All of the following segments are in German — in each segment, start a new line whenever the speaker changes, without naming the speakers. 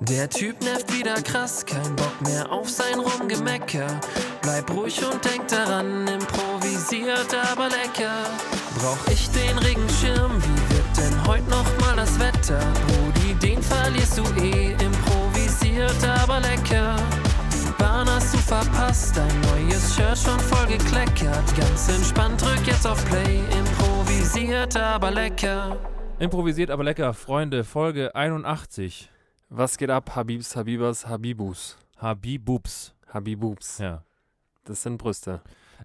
Der Typ nervt wieder krass, kein Bock mehr auf sein Rumgemecker. Bleib ruhig und denk daran, improvisiert aber lecker. Brauch ich den Regenschirm, wie wird denn heute nochmal das Wetter? Brudi, den verlierst du eh, improvisiert aber lecker. Die Bahn hast du verpasst, dein neues Shirt schon voll gekleckert. Ganz entspannt, drück jetzt auf Play, improvisiert aber lecker.
Improvisiert aber lecker, Freunde, Folge 81.
Was geht ab, Habibs, Habibas, Habibus?
Habibubs.
Habibubs.
Ja.
Das sind Brüste.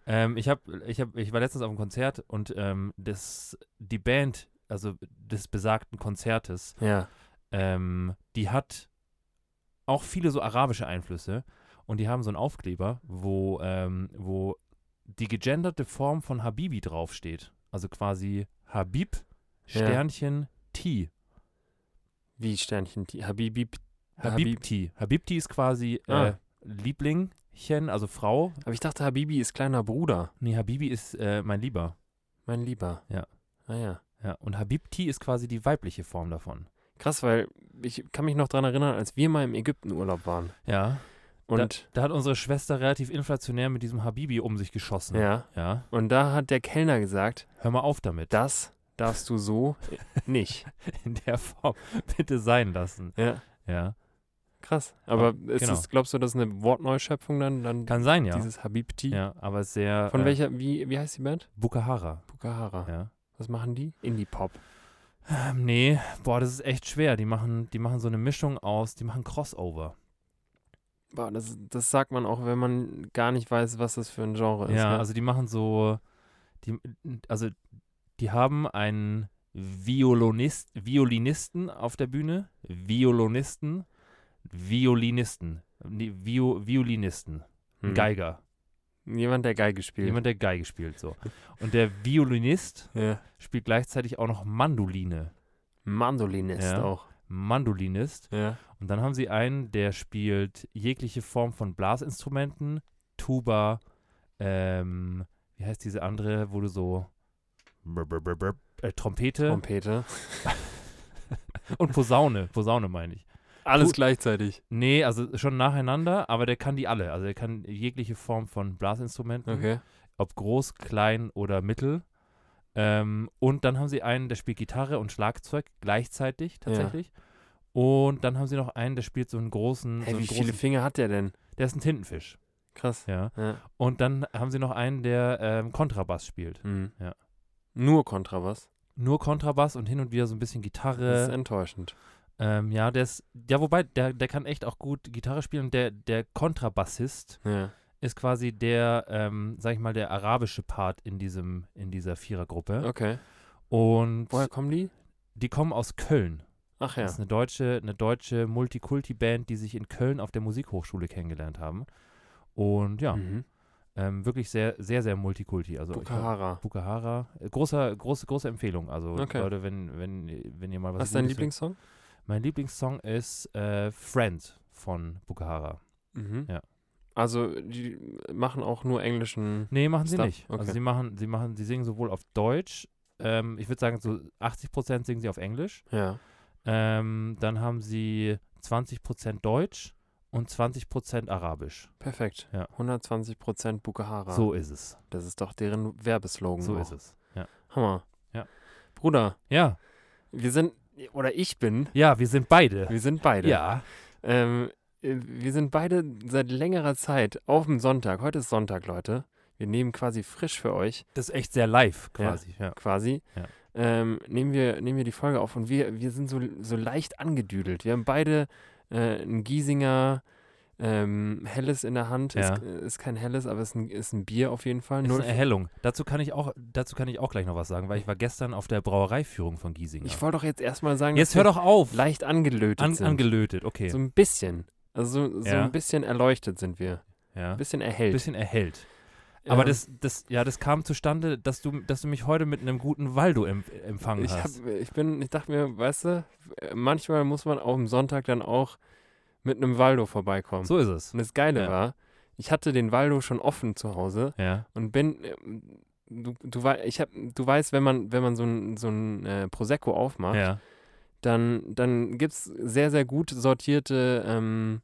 Ähm, ich, hab, ich, hab, ich war letztens auf einem Konzert und ähm, das, die Band, also des besagten Konzertes,
Ja.
ähm, die hat auch viele so arabische Einflüsse und die haben so einen Aufkleber, wo, ähm, wo die gegenderte Form von Habibi draufsteht. Also quasi Habib,
Ja.
Sternchen, T.
Wie Sternchen. die- Habibib. Habib.
Habibti. Habibti ist quasi äh,
Ah.
Lieblingchen, also Frau.
Aber ich dachte, Habibi ist kleiner Bruder.
Nee, Habibi ist äh, mein Lieber.
Mein Lieber.
Ja.
Ah ja.
Ja, und Habibti ist quasi die weibliche Form davon.
Krass, weil ich kann mich noch dran erinnern, als wir mal im Ägyptenurlaub waren.
Ja.
Und
Da hat unsere Schwester relativ inflationär mit diesem Habibi um sich geschossen.
ja.
Ja.
Und da hat der Kellner gesagt,
Hör mal auf damit.
das darfst du so nicht.
In der Form. Bitte sein lassen.
Ja.
Ja.
Krass. Aber ist
genau.
es, glaubst du, das ist eine Wortneuschöpfung dann? dann
Kann sein, ja.
Dieses Habibti.
Ja, aber sehr.
Von
äh,
welcher, wie, wie heißt die Band?
Bukahara.
Bukahara.
Ja.
Was machen die? Indie-Pop.
Ähm, nee, boah, das ist echt schwer. Die machen, die machen so eine Mischung aus, die machen Crossover.
Boah, das, das sagt man auch, wenn man gar nicht weiß, was das für ein Genre ist.
ja,
ne?
also die machen so. Die, also, die haben einen Violinist, Violinisten auf der Bühne. Violinisten. Violinisten. Nee, Vio, Violinisten. Ein
Hm.
Geiger.
Jemand, der Geige spielt.
Jemand, der Geige spielt, so. Und der Violinist
ja.
spielt gleichzeitig auch noch Mandoline.
Mandolinist
Ja.
auch.
Mandolinist.
Ja.
Und dann haben sie einen, der spielt jegliche Form von Blasinstrumenten, Tuba, ähm, wie heißt diese andere, wo du so brr, brr, brr, brr, äh, Trompete
Trompete.
und Posaune, Posaune meine ich.
Alles
Tu-
gleichzeitig.
Nee, also schon nacheinander, aber der kann die alle. Also der kann jegliche Form von Blasinstrumenten,
Okay.
ob groß, klein oder mittel. Ähm, und dann haben sie einen, der spielt Gitarre und Schlagzeug gleichzeitig tatsächlich. Und dann haben sie noch einen, der spielt so einen großen,
Hey,
so einen
wie viele
großen
Finger hat der denn?
der ist ein Tintenfisch.
Krass.
Ja.
Ja.
Und dann haben sie noch einen, der ähm, Kontrabass spielt.
Mhm.
Ja.
Nur Kontrabass.
Nur Kontrabass und hin und wieder so ein bisschen
Das ist
Gitarre.
enttäuschend.
Ähm, ja, der ist, ja, wobei, der, der kann echt auch gut Gitarre spielen. Und der, der Kontrabassist
Ja.
ist quasi der, ähm, sag ich mal, der arabische Part in diesem, in dieser Vierergruppe.
Okay.
Und
Woher kommen die?
die kommen aus Köln.
Ach ja.
Das ist eine deutsche, eine deutsche Multikulti-Band, die sich in Köln auf der Musikhochschule kennengelernt haben. Und ja,
Mhm.
ähm, wirklich sehr, sehr, sehr Multikulti. Also ich glaub,
Bukahara.
Bukahara. Äh, Großer, große, große Empfehlung. Also
Okay.
Leute, wenn, wenn, wenn ihr mal was.
Was ist dein
Gutes hört-
Lieblingssong?
Mein Lieblingssong ist äh, Friend von Bukahara.
Mhm.
Ja.
Also, die machen auch nur englischen.
Nee, machen sie
Stuff,
nicht. Also
okay.
sie machen, sie machen, sie singen sowohl auf Deutsch, ähm, ich würde sagen, so 80% singen sie auf Englisch.
Ja.
Ähm, dann haben sie 20% Deutsch und 20% Arabisch.
Perfekt.
Ja.
120% Bukahara.
So ist es.
Das ist doch deren Werbeslogan.
So
auch.
ist es. Ja.
Hammer.
Ja.
Bruder,
ja.
wir sind, oder ich bin,
Ja, wir sind beide.
wir sind beide.
Ja.
Ähm, äh, wir sind beide seit längerer Zeit auf dem Sonntag. Heute ist Sonntag, Leute. Wir nehmen quasi frisch für euch,
Das ist echt sehr live
Ja.
quasi. Ja.
quasi.
Ja.
Ähm, nehmen, wir, nehmen wir die Folge auf und wir, wir sind so, so leicht angedüdelt. Wir haben beide äh, ein Giesinger ähm, Helles in der Hand.
Ja.
Ist, äh, ist kein Helles, aber ist ein, ist ein Bier auf jeden Fall.
Ist
Null-
eine Erhellung. Dazu kann ich auch, dazu kann ich auch gleich noch was sagen, weil ich war gestern auf der Brauereiführung von Giesinger.
ich wollte doch jetzt erstmal sagen,
Jetzt
dass wir
hör doch auf.
leicht angelötet
An,
sind.
angelötet, okay.
So ein bisschen. Also so, so
Ja.
ein bisschen erleuchtet sind wir.
ja.
Ein bisschen erhellt.
Bisschen erhellt. Aber
Ähm,
das, das, ja, das kam zustande, dass du, dass du mich heute mit einem guten Waldo em, empfangen
ich, hab,
hast.
ich bin, ich dachte mir, weißt du, manchmal muss man auf dem Sonntag dann auch mit einem Waldo vorbeikommen.
So ist es.
Und das Geile
Ja.
war, ich hatte den Waldo schon offen zu Hause
Ja.
und bin, ähm, du, du, wei- ich hab, du weißt, wenn man, wenn man so ein, so ein äh, Prosecco aufmacht,
Ja.
dann, dann gibt es sehr, sehr gut sortierte, ähm,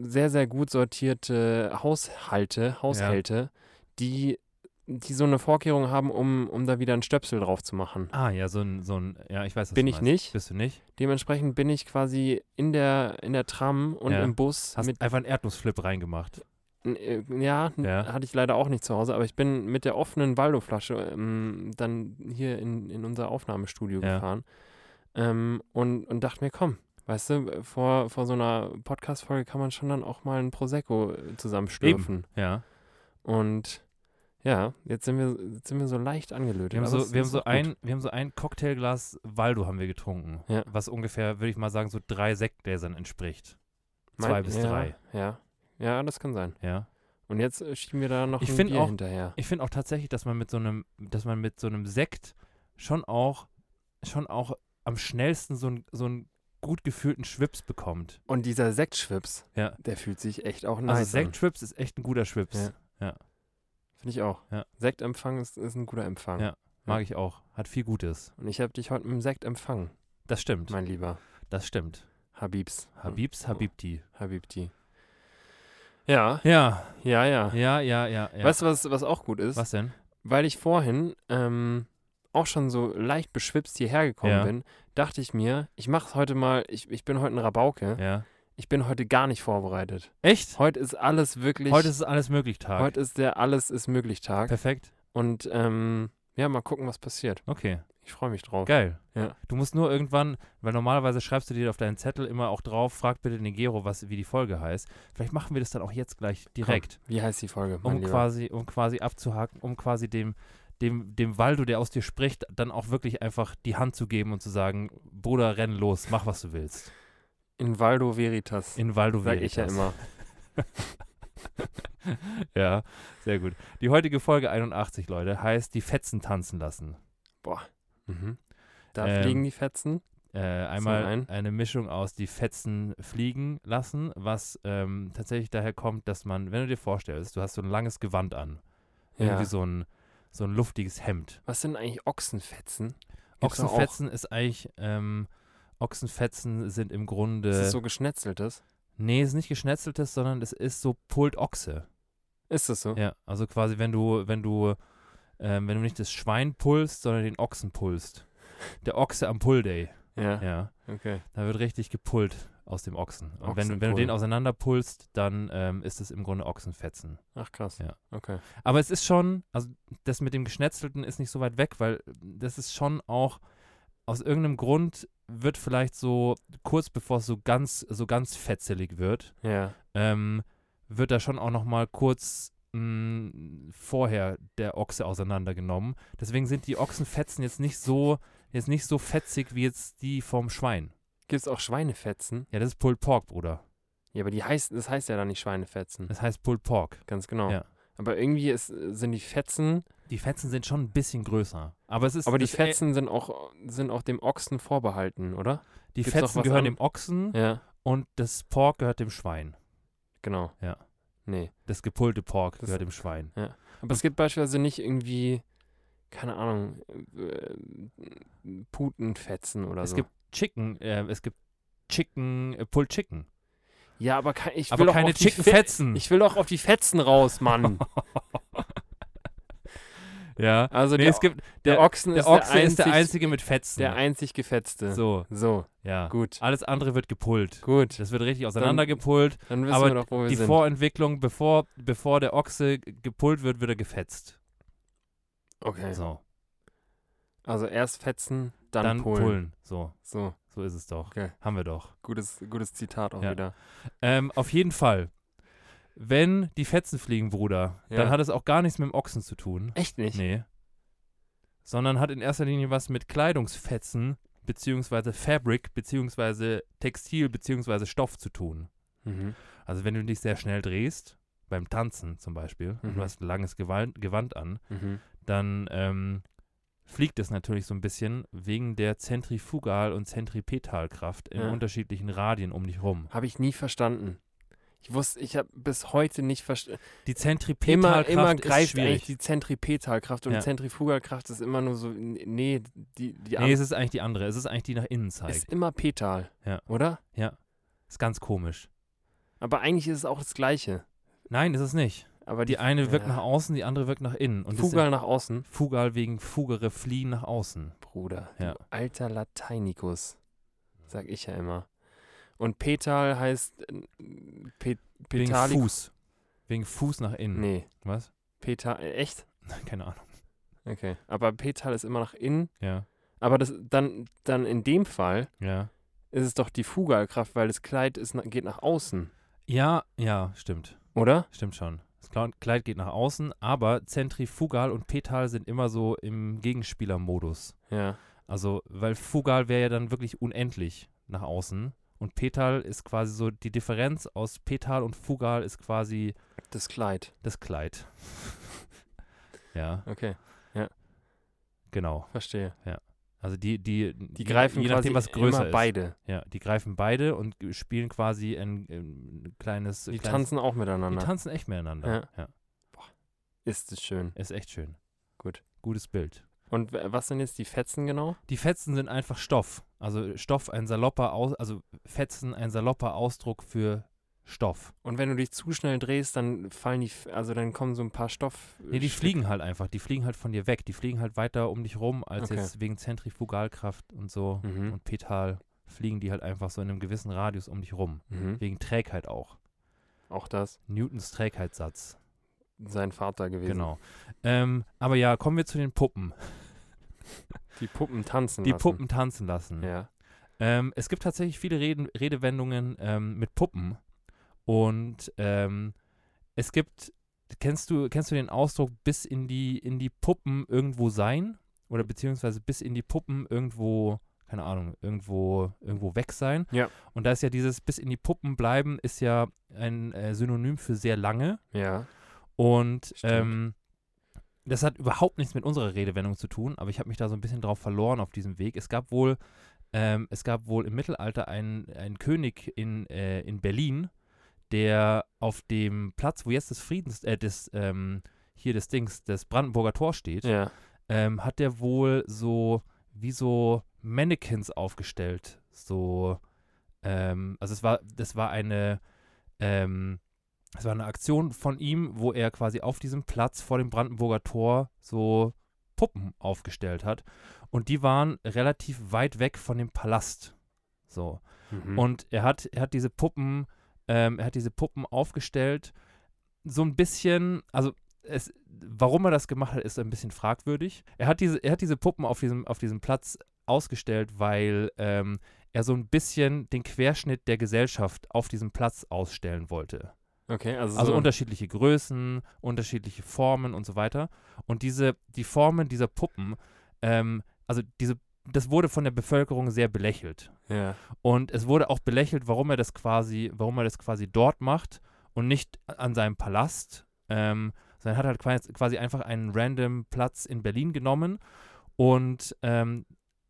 sehr, sehr gut sortierte Haushalte, Haushälte, die, die so eine Vorkehrung haben, um, um da wieder einen Stöpsel drauf zu machen.
Ah, ja, so ein, so ein, ja, ich weiß, was
Bin
du
ich
meinst.
nicht.
Bist du nicht?
Dementsprechend bin ich quasi in der, in der Tram und
Ja.
im Bus
Hast
mit.
einfach einen Erdnussflip reingemacht.
N- äh, Ja, n-
Ja.
hatte ich leider auch nicht zu Hause, aber ich bin mit der offenen Waldo-Flasche ähm, dann hier in, in unser Aufnahmestudio
Ja.
gefahren ähm, und, und dachte mir, komm, weißt du, vor, vor so einer Podcast-Folge kann man schon dann auch mal ein Prosecco äh, zusammenstürfen.
Ja.
Und ja, jetzt sind wir, jetzt sind wir so leicht angelötet.
Wir haben,
aber es
so, wir, haben
ist
so
auch gut.
ein, wir haben so ein Cocktailglas Waldo haben wir getrunken,
Ja.
was ungefähr, würde ich mal sagen, so drei Sektgläsern entspricht.
Mein-
zwei bis
ja,
drei.
Ja. ja, das kann sein.
Ja.
Und jetzt äh, schieben wir da noch
Ich
ein
find
Bier
auch-
hinterher.
Ich finde auch tatsächlich, dass man mit so einem, dass man mit so einem Sekt schon auch, schon auch am schnellsten so, ein, so einen gut gefühlten Schwips bekommt.
Und dieser Sektschwips,
Ja.
der fühlt sich echt auch nice
Also
an.
Sektschwips ist echt ein guter Schwips.
Ja. Finde ich auch.
Ja.
Sektempfang ist, ist ein guter Empfang.
Ja. Mag ich auch. Hat viel Gutes.
Und ich habe dich heute mit dem Sekt empfangen,
Das stimmt.
mein lieber
Das stimmt.
Habibs. Hm,
Habibs, Habibti.
Habibti. Ja,
Ja,
ja, ja.
ja, ja, ja. ja.
Weißt du, was, was auch gut ist?
Was denn?
Weil ich vorhin ähm, auch schon so leicht beschwipst hierher gekommen
Ja.
bin, dachte ich mir, ich mache heute mal, ich, ich bin heute ein Rabauke.
Ja.
Ich bin heute gar nicht vorbereitet.
Echt?
Heute ist alles wirklich,
Heute ist alles möglich Tag.
heute ist der Alles ist möglich Tag.
Perfekt.
Und ähm, ja, mal gucken, was passiert.
Okay.
Ich freue mich drauf.
Geil.
Oh. Ja.
Du musst nur irgendwann, weil normalerweise schreibst du dir auf deinen Zettel immer auch drauf, frag bitte den Gero, was, wie die Folge heißt. Vielleicht machen wir das dann auch jetzt gleich direkt,
Wie heißt die Folge? mein
um
Lieber?
quasi, um quasi abzuhaken, um quasi dem, dem, dem Waldo, der aus dir spricht, dann auch wirklich einfach die Hand zu geben und zu sagen, Bruder, renn los, mach was du willst.
In Valdo Veritas.
In Waldo
Sag
Veritas.
ich ja immer.
Ja, sehr gut. Die heutige Folge 81, Leute, heißt Die Fetzen tanzen lassen.
Mhm. Da
Ähm,
fliegen die Fetzen.
Äh, einmal
ein?
eine Mischung aus die Fetzen fliegen lassen, was ähm, tatsächlich daher kommt, dass man, wenn du dir vorstellst, du hast so ein langes Gewand an.
Ja.
Irgendwie so ein, so ein luftiges Hemd.
Was sind eigentlich Ochsenfetzen? Gibt's doch auch.
Ochsenfetzen ist eigentlich, ähm, Ochsenfetzen sind im Grunde,
Ist das so geschnetzeltes?
nee, ist nicht geschnetzeltes, sondern es ist so Pulled Ochse.
Ist das so?
Ja, also quasi, wenn du, wenn du, ähm, wenn du nicht das Schwein pullst, sondern den Ochsen pullst. Der Ochse am Pull-Day,
Ja,
ja.
okay.
Da wird richtig gepullt aus dem Ochsen. Und wenn, du- wenn du
Ochsenpull.
den auseinanderpullst, dann ähm, ist es im Grunde Ochsenfetzen.
Ach krass.
Ja.
Okay.
Aber es ist schon, also das mit dem Geschnetzelten ist nicht so weit weg, weil das ist schon auch, aus irgendeinem Grund wird vielleicht so, kurz bevor es so ganz, so ganz fetzelig wird,
Ja.
ähm, wird da schon auch nochmal kurz mh, vorher der Ochse auseinandergenommen. Deswegen sind die Ochsenfetzen jetzt nicht so, jetzt nicht so fetzig wie jetzt die vom Schwein.
Gibt es auch Schweinefetzen?
Ja, das ist Pulled Pork, Bruder.
Ja, aber die heißt, das heißt ja dann nicht Schweinefetzen.
Das heißt Pulled Pork.
Ganz genau.
Ja.
Aber irgendwie ist, sind die Fetzen,
Die Fetzen sind schon ein bisschen größer. Aber es äh, ist. e
aber die
das-
Fetzen sind auch, sind auch dem Ochsen vorbehalten, oder?
äh, die
gibt's noch
Fetzen
was
gehören
an-
dem Ochsen
Ja,
und das Pork gehört dem Schwein.
genau.
Ja.
Nee.
Das gepullte Pork
Das-
gehört dem Schwein.
Aber es gibt beispielsweise nicht irgendwie, keine Ahnung, äh, Putenfetzen oder
es
so.
gibt Chicken, äh, es gibt Chicken, äh, Pulled Chicken.
ja, aber kein, ich will
aber
doch
keine
auf die Fe-
Chicken-Fetzen.
Ich will doch auf die Fetzen raus, Mann.
ja.
Also
Nee,
der,
es gibt,
der
der-
Ochsen
der
ist,
Ochse
der, einzig,
ist der einzige mit Fetzen.
der einzig gefetzte. So,
so, ja.
gut.
Alles andere wird gepullt.
Gut,
Das wird richtig auseinandergepullt.
dann wissen
aber
wir doch, wo wir
Die
sind.
Vorentwicklung, bevor, bevor der Ochse g- gepullt wird, wird er gefetzt.
okay.
So.
Also erst fetzen, dann,
Dann,
pullen.
pullen. So.
So,
So ist es doch.
Okay.
Haben wir doch.
gutes, gutes Zitat auch
Ja.
wieder.
Ähm, auf jeden Fall. Wenn die Fetzen fliegen, Bruder,
Ja.
dann hat es auch gar nichts mit dem Ochsen zu tun.
Echt nicht?
Nee. Sondern hat in erster Linie was mit Kleidungsfetzen, beziehungsweise Fabric, beziehungsweise Textil, beziehungsweise Stoff zu tun.
Mhm.
Also wenn du dich sehr schnell drehst, beim Tanzen zum Beispiel, und
Mhm.
du hast ein langes Gewand, Gewand an,
Mhm.
dann ähm, fliegt es natürlich so ein bisschen wegen der Zentrifugal- und Zentripetalkraft in
Ja.
unterschiedlichen Radien um dich rum.
Habe ich nie verstanden. Ich wusste, ich habe bis heute nicht verstanden.
Die
Immer,
Zentripetalkraft
immer
ist
greift eigentlich
schwierig.
die Zentripetalkraft und
Ja.
Zentrifugalkraft ist immer nur so, n- nee, die, die
nee, es ist eigentlich die andere. Es ist eigentlich die nach innen zeigt.
ist immer Petal,
Ja.
oder?
ist ganz komisch.
Aber eigentlich ist es auch das Gleiche.
Nein, ist es nicht.
Aber die,
Die eine wirkt
Ja.
nach außen, die andere wirkt nach innen. Und das-
Fugal nach außen,
Fugal wegen Fugere fliehen nach außen.
Bruder,
Ja.
du alter Lateinikus, sag ich ja immer. Und Petal heißt äh, Pe
Wegen
Petalikus.
Fuß. Wegen Fuß nach innen.
Nee,
Was?
Petal, äh, echt?
Keine Ahnung.
Okay. Aber Petal ist immer nach innen.
Ja.
Aber das, dann, dann in dem Fall
Ja.
ist es doch die Fugalkraft, weil das Kleid ist, na- geht nach außen,
Ja, ja, stimmt.
oder?
Stimmt schon. Das Kla- Kleid geht nach außen, aber Zentrifugal und Petal sind immer so im Gegenspielermodus.
Ja.
Also, weil Fugal wäre ja dann wirklich unendlich nach außen. Und Petal ist quasi so, die Differenz aus Petal und Fugal ist quasi
Das Kleid.
das Kleid. ja,
Okay,
genau.
verstehe.
Also die, die,
Die greifen
je, je
quasi
nachdem, was größer
immer
ist.
beide.
Ja, die greifen beide und g- spielen quasi ein, ein kleines.
Die
kleines,
tanzen auch
Die
miteinander.
tanzen echt miteinander. Ja.
ist es schön.
ist echt schön.
Gut.
Gutes Bild.
Und w- was sind jetzt die Fetzen genau?
Die Fetzen sind einfach Stoff. Also Stoff ein salopper Aus, also Fetzen ein salopper Ausdruck für Stoff.
Und wenn du dich zu schnell drehst, dann fallen die, F- also dann kommen so ein paar Stoff. äh,
Nee, die
Stück-
fliegen halt einfach. Die fliegen halt von dir weg. Die fliegen halt weiter um dich rum, als
Okay.
jetzt wegen Zentrifugalkraft und so
Mhm.
und Petal fliegen die halt einfach so in einem gewissen Radius um dich rum.
Mhm.
Wegen Trägheit auch.
Auch das.
Newtons Trägheitssatz.
Sein Vater gewesen.
Genau. Ähm, aber ja, kommen wir zu den Puppen.
Die Puppen tanzen.
Die
lassen.
Puppen tanzen lassen.
Ja.
Ähm, es gibt tatsächlich viele Reden, Redewendungen ähm, mit Puppen. Und ähm, es gibt, kennst du, kennst du den Ausdruck bis in die, in die Puppen irgendwo sein? Oder beziehungsweise bis in die Puppen irgendwo, keine Ahnung, irgendwo, irgendwo weg sein.
Ja.
Und da ist ja dieses bis in die Puppen bleiben, ist ja ein äh, Synonym für sehr lange.
Ja.
Und
Stimmt.
ähm, das hat überhaupt nichts mit unserer Redewendung zu tun, aber ich habe mich da so ein bisschen drauf verloren auf diesem Weg. Es gab wohl, ähm, es gab wohl im Mittelalter einen, einen König in, äh, in Berlin, der auf dem Platz, wo jetzt des Friedens, äh, des, ähm, hier des Dings, des Brandenburger Tor steht,
Ja.
ähm, hat der wohl so wie so Mannequins aufgestellt. So, ähm, also es war, das war eine, ähm, es war eine Aktion von ihm, wo er quasi auf diesem Platz vor dem Brandenburger Tor so Puppen aufgestellt hat. Und die waren relativ weit weg von dem Palast. So.
Mhm.
Und er hat, er hat diese Puppen, ähm, er hat diese Puppen aufgestellt. So ein bisschen, also es, warum er das gemacht hat, ist ein bisschen fragwürdig. Er hat diese, er hat diese Puppen auf diesem, auf diesem Platz ausgestellt, weil ähm, er so ein bisschen den Querschnitt der Gesellschaft auf diesem Platz ausstellen wollte.
Okay, also,
Also
so,
unterschiedliche Größen, unterschiedliche Formen und so weiter. Und diese, die Formen dieser Puppen, ähm, also diese, das wurde von der Bevölkerung sehr belächelt.
ja.
Und es wurde auch belächelt, warum er das quasi, warum er das quasi dort macht und nicht an seinem Palast. Ähm, sondern hat halt quasi- quasi einfach einen random Platz in Berlin genommen und ähm,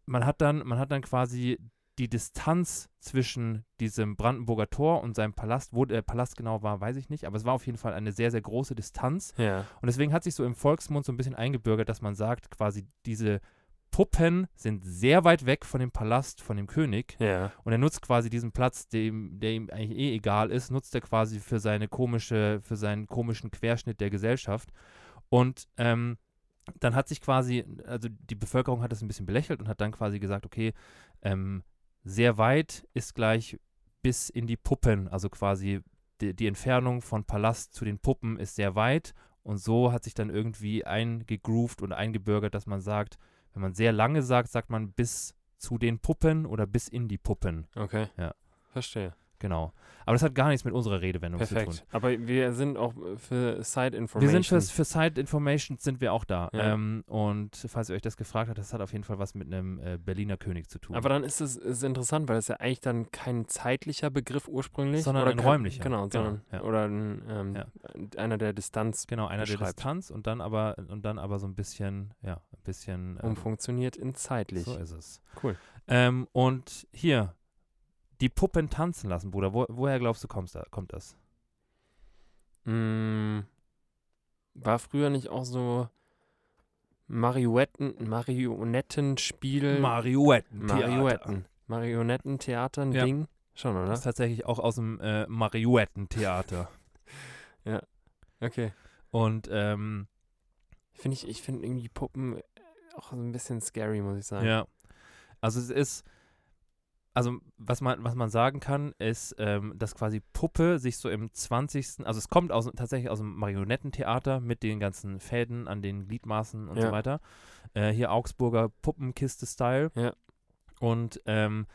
man hat dann, man hat dann quasi die Distanz zwischen diesem Brandenburger Tor und seinem Palast, wo der Palast genau war, weiß ich nicht, aber es war auf jeden Fall eine sehr, sehr große Distanz.
Ja.
Und deswegen hat sich so im Volksmund so ein bisschen eingebürgert, dass man sagt, quasi diese Puppen sind sehr weit weg von dem Palast, von dem König.
Ja.
Und er nutzt quasi diesen Platz, dem, der ihm eigentlich eh egal ist, nutzt er quasi für seine komische, für seinen komischen Querschnitt der Gesellschaft. Und ähm, dann hat sich quasi, also die Bevölkerung hat das ein bisschen belächelt und hat dann quasi gesagt, okay, ähm, sehr weit ist gleich bis in die Puppen, also quasi die, die Entfernung von Palast zu den Puppen ist sehr weit. Und so hat sich dann irgendwie eingegroovt und eingebürgert, dass man sagt, wenn man sehr lange sagt, sagt man bis zu den Puppen oder bis in die Puppen.
Okay.
Ja.
Verstehe.
Genau. Aber das hat gar nichts mit unserer Redewendung zu
Perfekt.
tun.
Aber wir sind auch für Side
Wir
Information.
sind für, für Side Informations sind wir auch da.
Ja.
Ähm, und falls ihr euch das gefragt habt, das hat auf jeden Fall was mit einem äh, Berliner König zu tun.
Aber dann ist es ist interessant, weil das ja eigentlich dann kein zeitlicher Begriff ursprünglich
Sondern
oder
ein
kein-
räumlicher.
Genau,
Genau,
sondern
ja.
oder ein, ähm,
Ja.
einer der Distanz
genau, einer der
beschreibt.
Distanz und dann aber und dann aber so ein bisschen, ja, ein bisschen ähm,
umfunktioniert in zeitlich.
So ist es.
Cool.
Ähm, und hier, die Puppen tanzen lassen, Bruder. Wo, woher glaubst du, kommst da, kommt das?
Mm, war früher nicht auch so Marionetten, Marionettenspiel?
Marionetten.
Marionetten. Marionettentheater, ein
Ja.
Ding? Schon,
Das
oder?
ist tatsächlich auch aus dem äh, Marionettentheater.
Okay.
Und ähm,
Finde ich, ich finde irgendwie Puppen auch so ein bisschen scary, muss ich sagen.
Ja. Also es ist, also was man, was man sagen kann, ist, ähm, dass quasi Puppe sich so im 20. Also es kommt aus, tatsächlich aus dem Marionettentheater mit den ganzen Fäden an den Gliedmaßen und so
Ja.
weiter. Äh, hier Augsburger Puppenkiste-Style.
Ja.
Und ähm,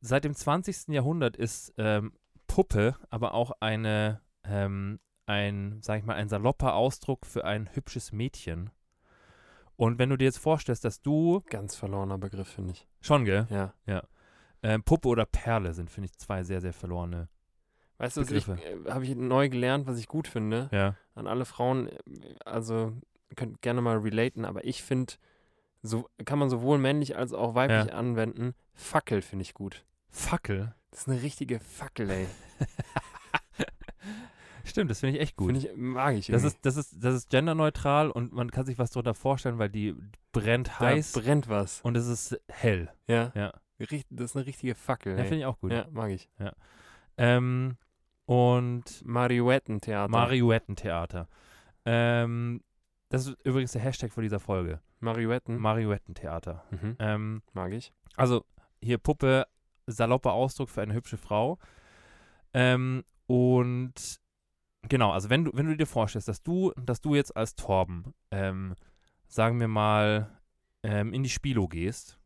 seit dem 20. Jahrhundert ist ähm, Puppe aber auch eine, ähm, ein, sag ich mal, ein salopper Ausdruck für ein hübsches Mädchen. Und wenn du dir jetzt vorstellst, dass du
Ganz verlorener Begriff, finde ich.
Schon, gell?
Ja.
Ähm, Puppe oder Perle sind, finde ich, zwei sehr, sehr verlorene.
Weißt du, was ich,
Begriffe.
äh, habe ich neu gelernt, was ich gut finde.
Ja.
An alle Frauen, äh, also könnt gerne mal relaten, aber ich finde, so kann man sowohl männlich als auch weiblich anwenden. Fackel finde ich gut.
Fackel.
Das ist eine richtige Fackel, ey.
Stimmt, das finde ich echt gut.
Finde ich, mag ich.
das,
irgendwie.
ist, das, ist, das ist genderneutral und man kann sich was drunter vorstellen, weil die brennt
da
heiß
brennt was.
und es ist hell.
Ja.
Ja.
Richt- Das ist eine richtige Fackel.
Ja,
ey.
finde ich auch gut.
ja mag ich.
Ähm, und
Marioettentheater.
Marioettentheater. Ähm, das ist übrigens der Hashtag von dieser Folge. Hm.
Marioetten.
Marioettentheater.
mhm.
Ähm,
Mag ich.
Also hier Puppe, salopper Ausdruck für eine hübsche Frau. Ähm, und genau, also wenn du, wenn du dir vorstellst, dass du, dass du jetzt als Torben, ähm, sagen wir mal, ähm, in die Spilo gehst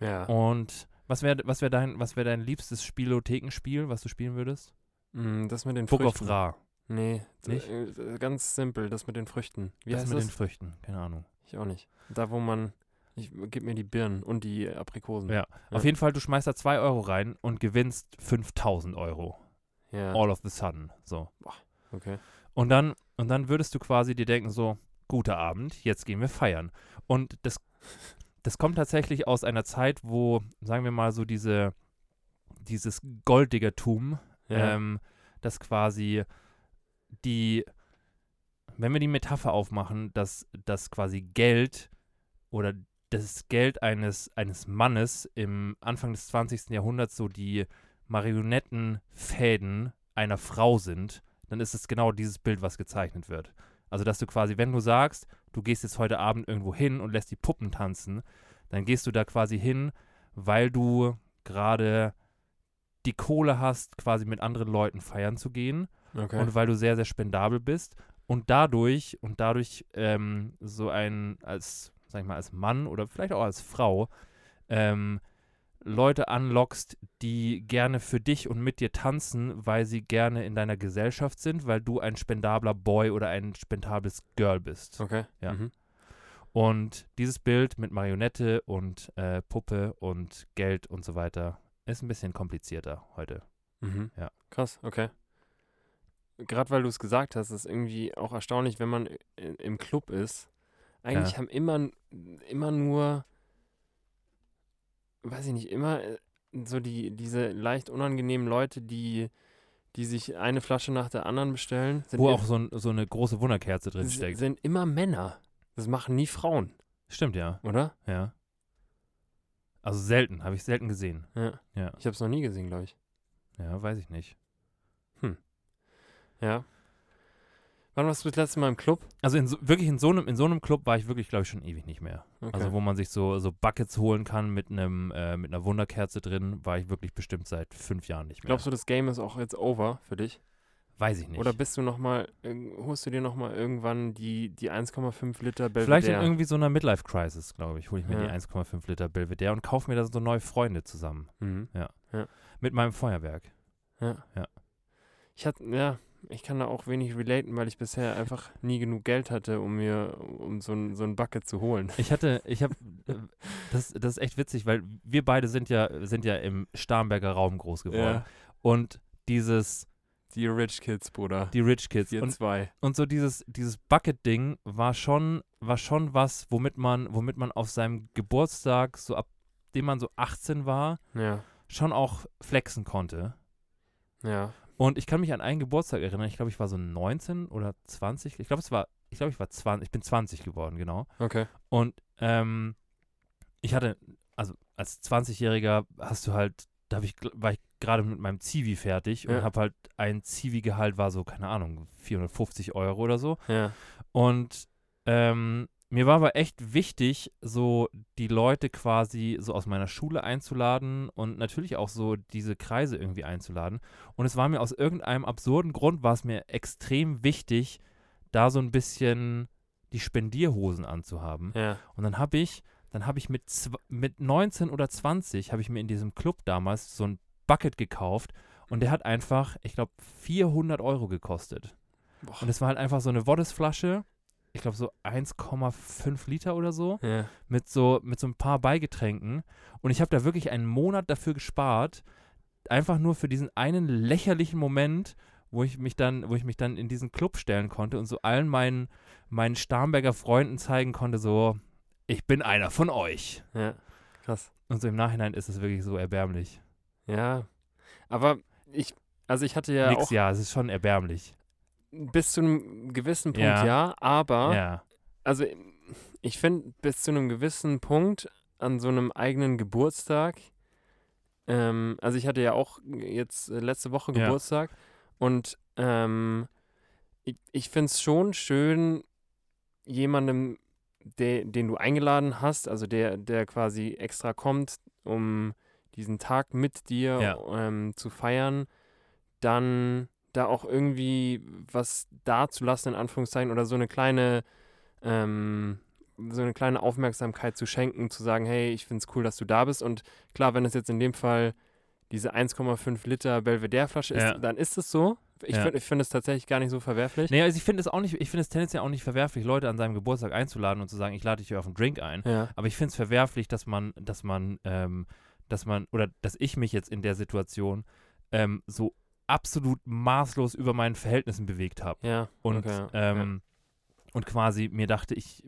Ja.
Oh. und was wäre was wär dein, was wär dein liebstes Spielothekenspiel, was du spielen würdest?
Mm, Das mit den
Book of
Früchten.
Ra.
Nee,
Nicht?
nicht? ganz simpel, das mit den Früchten. Wie
das
heißt
mit
das?
den Früchten, keine Ahnung.
Ich auch nicht. Da, wo man. Ich gib mir die Birnen und die Aprikosen.
Ja. Auf jeden Fall, du schmeißt da 2 Euro rein und gewinnst 5000 Euro.
Ja,
All of the sudden. So.
okay.
Und dann, und dann würdest du quasi dir denken, so, guter Abend, jetzt gehen wir feiern. Und das, das kommt tatsächlich aus einer Zeit, wo, sagen wir mal, so diese, dieses Golddiggertum,
Ja.
ähm, das quasi die, wenn wir die Metapher aufmachen, dass, dass quasi Geld oder das Geld eines, eines Mannes im Anfang des 20. Jahrhunderts so die Marionettenfäden einer Frau sind, dann ist es genau dieses Bild, was gezeichnet wird. Also, dass du quasi, wenn du sagst, du gehst jetzt heute Abend irgendwo hin und lässt die Puppen tanzen, dann gehst du da quasi hin, weil du gerade die Kohle hast, quasi mit anderen Leuten feiern zu gehen
okay.
und weil du sehr, sehr spendabel bist und dadurch und dadurch ähm, so ein als, sag ich mal, als Mann oder vielleicht auch als Frau ähm, Leute anlockst, die gerne für dich und mit dir tanzen, weil sie gerne in deiner Gesellschaft sind, weil du ein spendabler Boy oder ein spendables Girl bist.
okay.
Ja.
Mhm.
Und dieses Bild mit Marionette und äh, Puppe und Geld und so weiter ist ein bisschen komplizierter heute.
Mhm.
Ja.
Krass, okay. Gerade weil du es gesagt hast, ist irgendwie auch erstaunlich, wenn man i- im Club ist. Eigentlich
Ja.
haben immer, n- immer nur, weiß ich nicht, immer äh, so die, diese leicht unangenehmen Leute, die, die sich eine Flasche nach der anderen bestellen, sind,
Wo
i-
auch so, ein, so eine große Wunderkerze drin
s-
steckt.
sind immer Männer. Das machen nie Frauen,
Stimmt, ja.
oder?
Ja. Also selten, habe ich selten gesehen.
Ja.
Ja.
Ich habe es noch nie gesehen, glaube ich.
Ja, weiß ich nicht.
Ja. Wann warst du das letzte Mal im Club?
Also in so, wirklich in so einem in so einem Club war ich wirklich, glaube ich, schon ewig nicht mehr.
Okay.
Also wo man sich so so Buckets holen kann mit einem äh, mit einer Wunderkerze drin, war ich wirklich bestimmt seit fünf Jahren nicht mehr.
Glaubst du, das Game ist auch jetzt over für dich?
Weiß ich nicht.
Oder bist du noch mal, irg- holst du dir noch mal irgendwann die, die 1,5 Liter Belvedere?
Vielleicht in irgendwie so einer Midlife Crisis, glaube ich, hole ich mir die
Ja.
1,5 Liter Belvedere und kaufe mir da so neue Freunde zusammen
Mhm.
mit meinem Feuerwerk.
Ja.
Ja.
Ich hatte, ja, ich kann da auch wenig relaten, weil ich bisher einfach nie genug Geld hatte, um mir um so ein, so ein Bucket zu holen.
Ich hatte, ich habe, das, das ist echt witzig, weil wir beide sind ja sind ja im Starnberger Raum groß geworden und dieses
die Rich Kids, Bruder.
die Rich Kids.
Ihr
Und,
zwei.
und so dieses, dieses Bucket-Ding war schon, war schon was, womit man, womit man auf seinem Geburtstag, so ab dem man so 18 war,
Ja,
schon auch flexen konnte.
ja.
Und ich kann mich an einen Geburtstag erinnern. Ich glaube, ich war so 19 oder 20. Ich glaube, es war, ich glaube, ich war 20, ich bin 20 geworden, genau.
Okay.
Und ähm, ich hatte, also als 20-Jähriger hast du halt, da hab ich, gl- war ich gerade mit meinem Zivi fertig und
Ja.
habe halt ein Zivi-Gehalt war so, keine Ahnung, 450 Euro oder so.
Ja.
Und ähm, mir war aber echt wichtig, so die Leute quasi so aus meiner Schule einzuladen und natürlich auch so diese Kreise irgendwie einzuladen. Und es war mir aus irgendeinem absurden Grund, war es mir extrem wichtig, da so ein bisschen die Spendierhosen anzuhaben.
Ja.
Und dann habe ich, dann habe ich mit, zw- mit 19 oder 20, habe ich mir in diesem Club damals so ein Bucket gekauft und der hat einfach, ich glaube, 400 Euro gekostet.
Boah.
Und es war halt einfach so eine Woddesflasche, ich glaube so 1,5 Liter oder so,
Ja.
mit so, mit so ein paar Beigetränken. Und ich habe da wirklich einen Monat dafür gespart, einfach nur für diesen einen lächerlichen Moment, wo ich mich dann, wo ich mich dann in diesen Club stellen konnte und so allen meinen, meinen Starnberger Freunden zeigen konnte, so, ich bin einer von euch.
Ja. Krass.
Und so im Nachhinein ist es wirklich so erbärmlich.
Ja. Aber ich, also ich hatte ja
Nix,
auch
ja, es ist schon erbärmlich.
bis zu einem gewissen Punkt
Ja.
ja, aber
Ja.
also ich finde bis zu einem gewissen Punkt an so einem eigenen Geburtstag, ähm, also ich hatte ja auch jetzt äh, letzte Woche
Ja.
Geburtstag und ähm, ich, ich finde es schon schön, jemandem, der, den du eingeladen hast, also der, der quasi extra kommt, um diesen Tag mit dir
Ja.
ähm, zu feiern, dann da auch irgendwie was dazulassen, in Anführungszeichen, oder so eine kleine, ähm, so eine kleine Aufmerksamkeit zu schenken, zu sagen, hey, ich finde es cool, dass du da bist. Und klar, wenn es jetzt in dem Fall diese 1,5 Liter Belvedere-Flasche ist,
Ja.
dann ist es so. Ich
Ja.
finde ich find es tatsächlich gar nicht so verwerflich.
Nee, also ich finde es auch nicht, ich finde es tendenziell auch nicht verwerflich, Leute an seinem Geburtstag einzuladen und zu sagen, ich lade dich hier auf einen Drink ein.
Ja.
Aber ich finde es verwerflich, dass man, dass man, ähm, dass man, oder dass ich mich jetzt in der Situation ähm, so absolut maßlos über meinen Verhältnissen bewegt habe.
Ja.
Und,
okay,
ähm, und quasi mir dachte ich,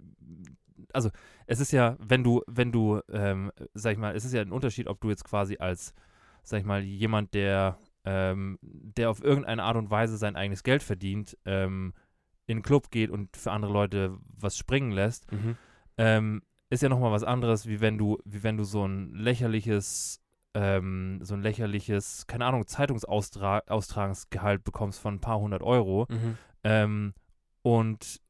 also es ist ja, wenn du, wenn du, ähm, sag ich mal, es ist ja ein Unterschied, ob du jetzt quasi als, sag ich mal, jemand, der, ähm, der auf irgendeine Art und Weise sein eigenes Geld verdient, ähm, in den Club geht und für andere Leute was springen lässt
ja. Mhm.
ähm, ist ja nochmal was anderes, wie wenn du, wie wenn du so ein lächerliches, ähm, so ein lächerliches, keine Ahnung, Zeitungsaustragungsgehalt bekommst von ein paar hundert Euro
Mhm.
ähm, und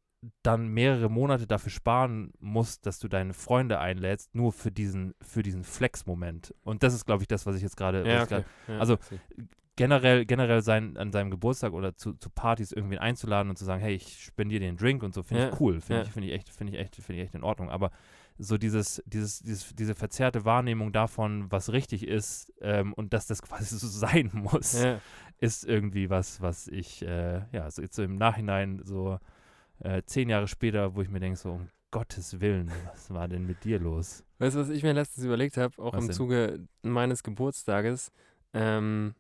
dann mehrere Monate dafür sparen musst, dass du deine Freunde einlädst, nur für diesen, für diesen Flex-Moment. Und das ist, glaube ich, das, was ich jetzt gerade was ich
Ja,
gerade-
okay. ja,
also,
okay.
generell, generell sein, an seinem Geburtstag oder zu, zu Partys irgendwen einzuladen und zu sagen, hey, ich spendiere dir den Drink und so, finde
Ja,
ich cool, finde
ja.
ich, finde ich echt, finde ich echt, finde ich echt in Ordnung. Aber so dieses, dieses, dieses, diese verzerrte Wahrnehmung davon, was richtig ist ähm, und dass das quasi so sein muss,
Ja.
ist irgendwie was, was ich, äh, ja, so jetzt so im Nachhinein, so äh, zehn Jahre später, wo ich mir denke, so um Gottes Willen, was war denn mit dir los?
Weißt du, was ich mir letztens überlegt habe, auch
Was
im
denn?
Zuge meines Geburtstages? Ähm,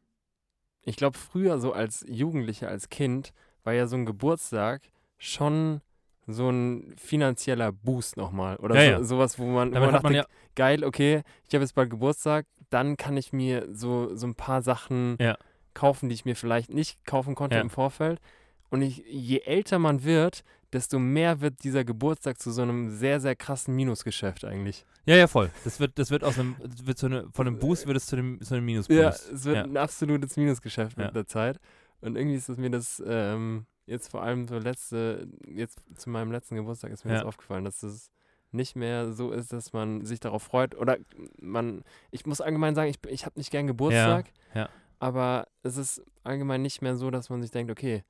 ich glaube, früher so als Jugendlicher, als Kind, war ja so ein Geburtstag schon so ein finanzieller Boost nochmal. Oder
Ja,
so,
ja.
sowas, wo man, wo
Damit hat
dachte,
man ja,
geil, okay, ich habe jetzt bald Geburtstag, dann kann ich mir so, so ein paar Sachen
Ja.
kaufen, die ich mir vielleicht nicht kaufen konnte
Ja.
im Vorfeld. Und ich, je älter man wird, desto mehr wird dieser Geburtstag zu so einem sehr, sehr krassen Minusgeschäft eigentlich.
ja, ja, voll. Das wird, das wird aus einem, das wird zu einem, von einem Boost wird es zu einem, zu einem Minusboost.
Ja, es wird
Ja.
ein absolutes Minusgeschäft
Ja.
mit der Zeit. Und irgendwie ist es mir das ähm, jetzt vor allem so letzte, jetzt zu meinem letzten Geburtstag ist mir
Ja.
das aufgefallen, dass es nicht mehr so ist, dass man sich darauf freut. Oder man, ich muss allgemein sagen, ich, ich habe nicht gern Geburtstag,
ja.
aber es ist allgemein nicht mehr so, dass man sich denkt, okay,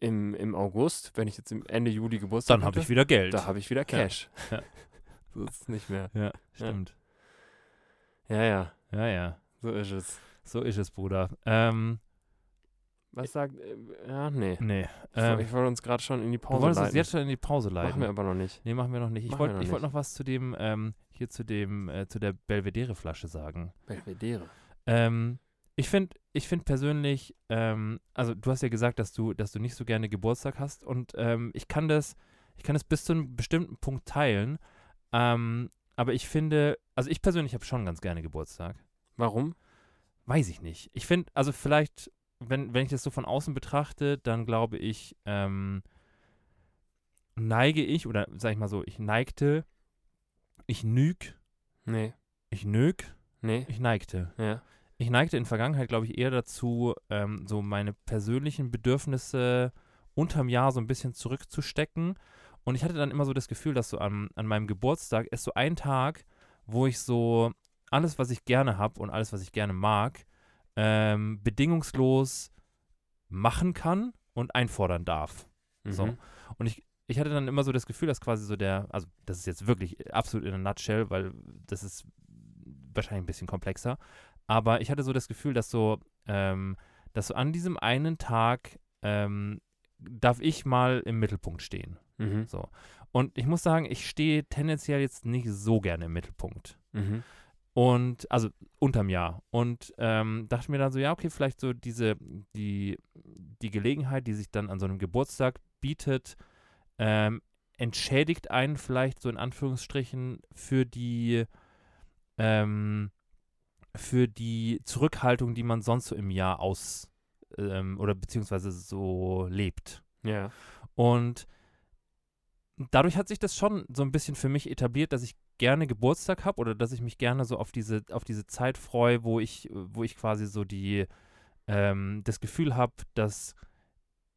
im, im August, wenn ich jetzt im Ende Juli Geburtstag
Dann habe ich
hatte,
wieder Geld.
da habe ich wieder Cash.
Ja.
so ist es nicht mehr.
Ja,
Ja.
stimmt.
Ja, ja,
Ja, ja.
so ist es.
So ist es, Bruder. Ähm,
Was sagt, äh, ja, nee.
nee.
Ich woll-
Ähm,
ich wollte uns gerade schon in die
du
Pause
wolltest uns
leiten.
jetzt schon in die Pause leiten.
Machen wir aber noch nicht.
nee, machen wir noch nicht. Ich
Machen wir
wollte
noch
ich wollt
nicht.
noch was zu dem, ähm, hier zu dem, äh, zu der Belvedere-Flasche sagen.
Belvedere.
Ähm, ich finde, ich finde persönlich, ähm, also du hast ja gesagt, dass du, dass du nicht so gerne Geburtstag hast und ähm, ich kann das, ich kann das bis zu einem bestimmten Punkt teilen. Ähm, aber ich finde, also ich persönlich habe schon ganz gerne Geburtstag.
Warum?
Weiß ich nicht. Ich finde, also vielleicht, wenn, wenn ich das so von außen betrachte, dann glaube ich, ähm, neige ich, oder sag ich mal so, ich neigte, ich nüg,
Nee.
ich nög,
Nee.
ich neigte.
Ja.
Ich neigte in Vergangenheit, glaube ich, eher dazu, ähm, so meine persönlichen Bedürfnisse unterm Jahr so ein bisschen zurückzustecken. Und ich hatte dann immer so das Gefühl, dass so an, an meinem Geburtstag ist so ein Tag, wo ich so alles, was ich gerne habe und alles, was ich gerne mag, ähm, bedingungslos machen kann und einfordern darf. So.
Mhm.
Und ich, ich hatte dann immer so das Gefühl, dass quasi so der, also das ist jetzt wirklich absolut in a nutshell, weil das ist wahrscheinlich ein bisschen komplexer, aber ich hatte so das Gefühl, dass so, ähm, dass so an diesem einen Tag ähm, darf ich mal im Mittelpunkt stehen.
Mhm.
So. Und ich muss sagen, ich stehe tendenziell jetzt nicht so gerne im Mittelpunkt.
Mhm.
Und, also unterm Jahr. Und ähm, dachte mir dann so, ja, okay, vielleicht so diese, die, die Gelegenheit, die sich dann an so einem Geburtstag bietet, ähm, entschädigt einen vielleicht so in Anführungsstrichen für die, ähm, für die Zurückhaltung, die man sonst so im Jahr aus ähm, oder beziehungsweise so lebt.
Ja.
Und dadurch hat sich das schon so ein bisschen für mich etabliert, dass ich gerne Geburtstag habe oder dass ich mich gerne so auf diese, auf diese Zeit freue, wo ich, wo ich quasi so die, ähm, das Gefühl habe, dass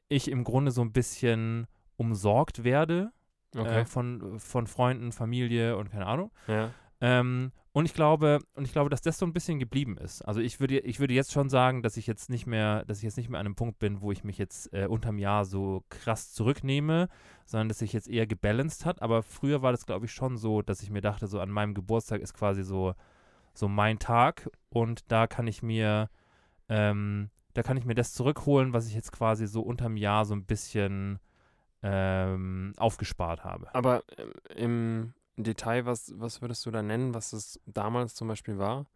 ich im Grunde so ein bisschen umsorgt werde
Okay.
äh, von, von Freunden, Familie und keine Ahnung.
Äh, ja.
Ähm, und ich glaube, und ich glaube, dass das so ein bisschen geblieben ist. Also ich würde, ich würde jetzt schon sagen, dass ich jetzt nicht mehr, dass ich jetzt nicht mehr an einem Punkt bin, wo ich mich jetzt äh, unterm Jahr so krass zurücknehme, sondern dass ich jetzt eher gebalanced hat. Aber früher war das, glaube ich, schon so, dass ich mir dachte, so an meinem Geburtstag ist quasi so, so mein Tag und da kann ich mir, ähm, da kann ich mir das zurückholen, was ich jetzt quasi so unterm Jahr so ein bisschen ähm, aufgespart habe.
Aber ähm, im Detail, was, was würdest du da nennen, was es damals zum Beispiel war?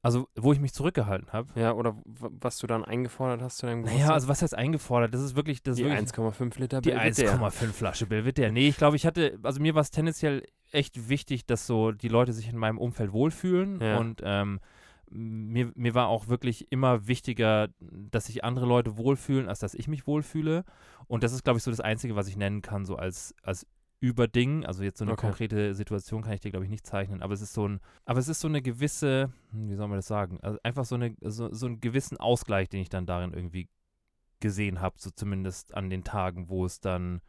Also, wo ich mich zurückgehalten habe.
Ja, oder w- was du dann eingefordert hast zu deinem
Naja,
Geburtstag?
also was heißt eingefordert? Das ist wirklich, das ist
die
wirklich
1,5 Liter
die
Belvedere.
1,5 Flasche Belvedere. Nee, ich glaube, ich hatte, also mir war es tendenziell echt wichtig, dass so die Leute sich in meinem Umfeld wohlfühlen
Ja.
und ähm, mir, mir war auch wirklich immer wichtiger, dass sich andere Leute wohlfühlen, als dass ich mich wohlfühle. Und das ist, glaube ich, so das Einzige, was ich nennen kann, so als, als Überding. Also jetzt so eine
Okay.
konkrete Situation kann ich dir, glaube ich, nicht zeichnen. Aber es ist so ein, aber es ist so eine gewisse, hm, wie soll man das sagen? Also einfach so, eine, so, so einen gewissen Ausgleich, den ich dann darin irgendwie gesehen habe, so zumindest an den Tagen, wo es dann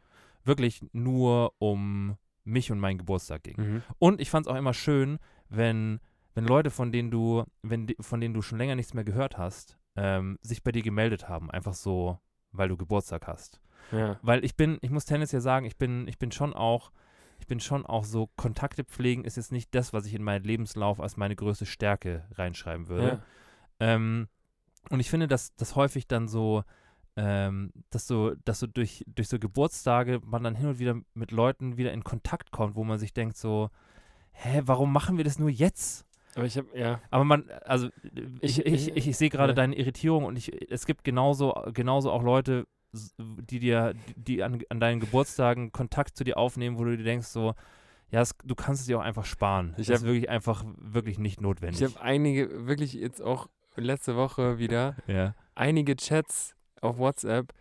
wirklich nur um mich und meinen Geburtstag ging.
Mhm.
Und ich fand es auch immer schön, wenn, wenn Leute, von denen du, wenn, die- von denen du schon länger nichts mehr gehört hast, ähm, sich bei dir gemeldet haben, einfach so, weil du Geburtstag hast.
Ja.
Weil ich bin, ich muss Tennis ja sagen, ich bin, ich bin schon auch, ich bin schon auch so, Kontakte pflegen ist jetzt nicht das, was ich in meinen Lebenslauf als meine größte Stärke reinschreiben würde.
Ja.
Ähm, und ich finde, dass das häufig dann so, ähm, dass so, dass so durch, durch so Geburtstage man dann hin und wieder mit Leuten wieder in Kontakt kommt, wo man sich denkt so, hä, warum machen wir das nur jetzt?
Aber ich habe, ja,
Aber man, also ich,
Ich-
ich, ich, ich sehe gerade
ja.
deine Irritierung und ich, es gibt genauso, genauso auch Leute, s- die dir, die an, an deinen Geburtstagen Kontakt zu dir aufnehmen, wo du dir denkst so, ja, es, du kannst es dir auch einfach sparen.
Ich
das ist
hab-
wirklich einfach, wirklich nicht notwendig.
ich habe einige, wirklich jetzt auch letzte Woche wieder,
ja.
einige Chats auf WhatsApp,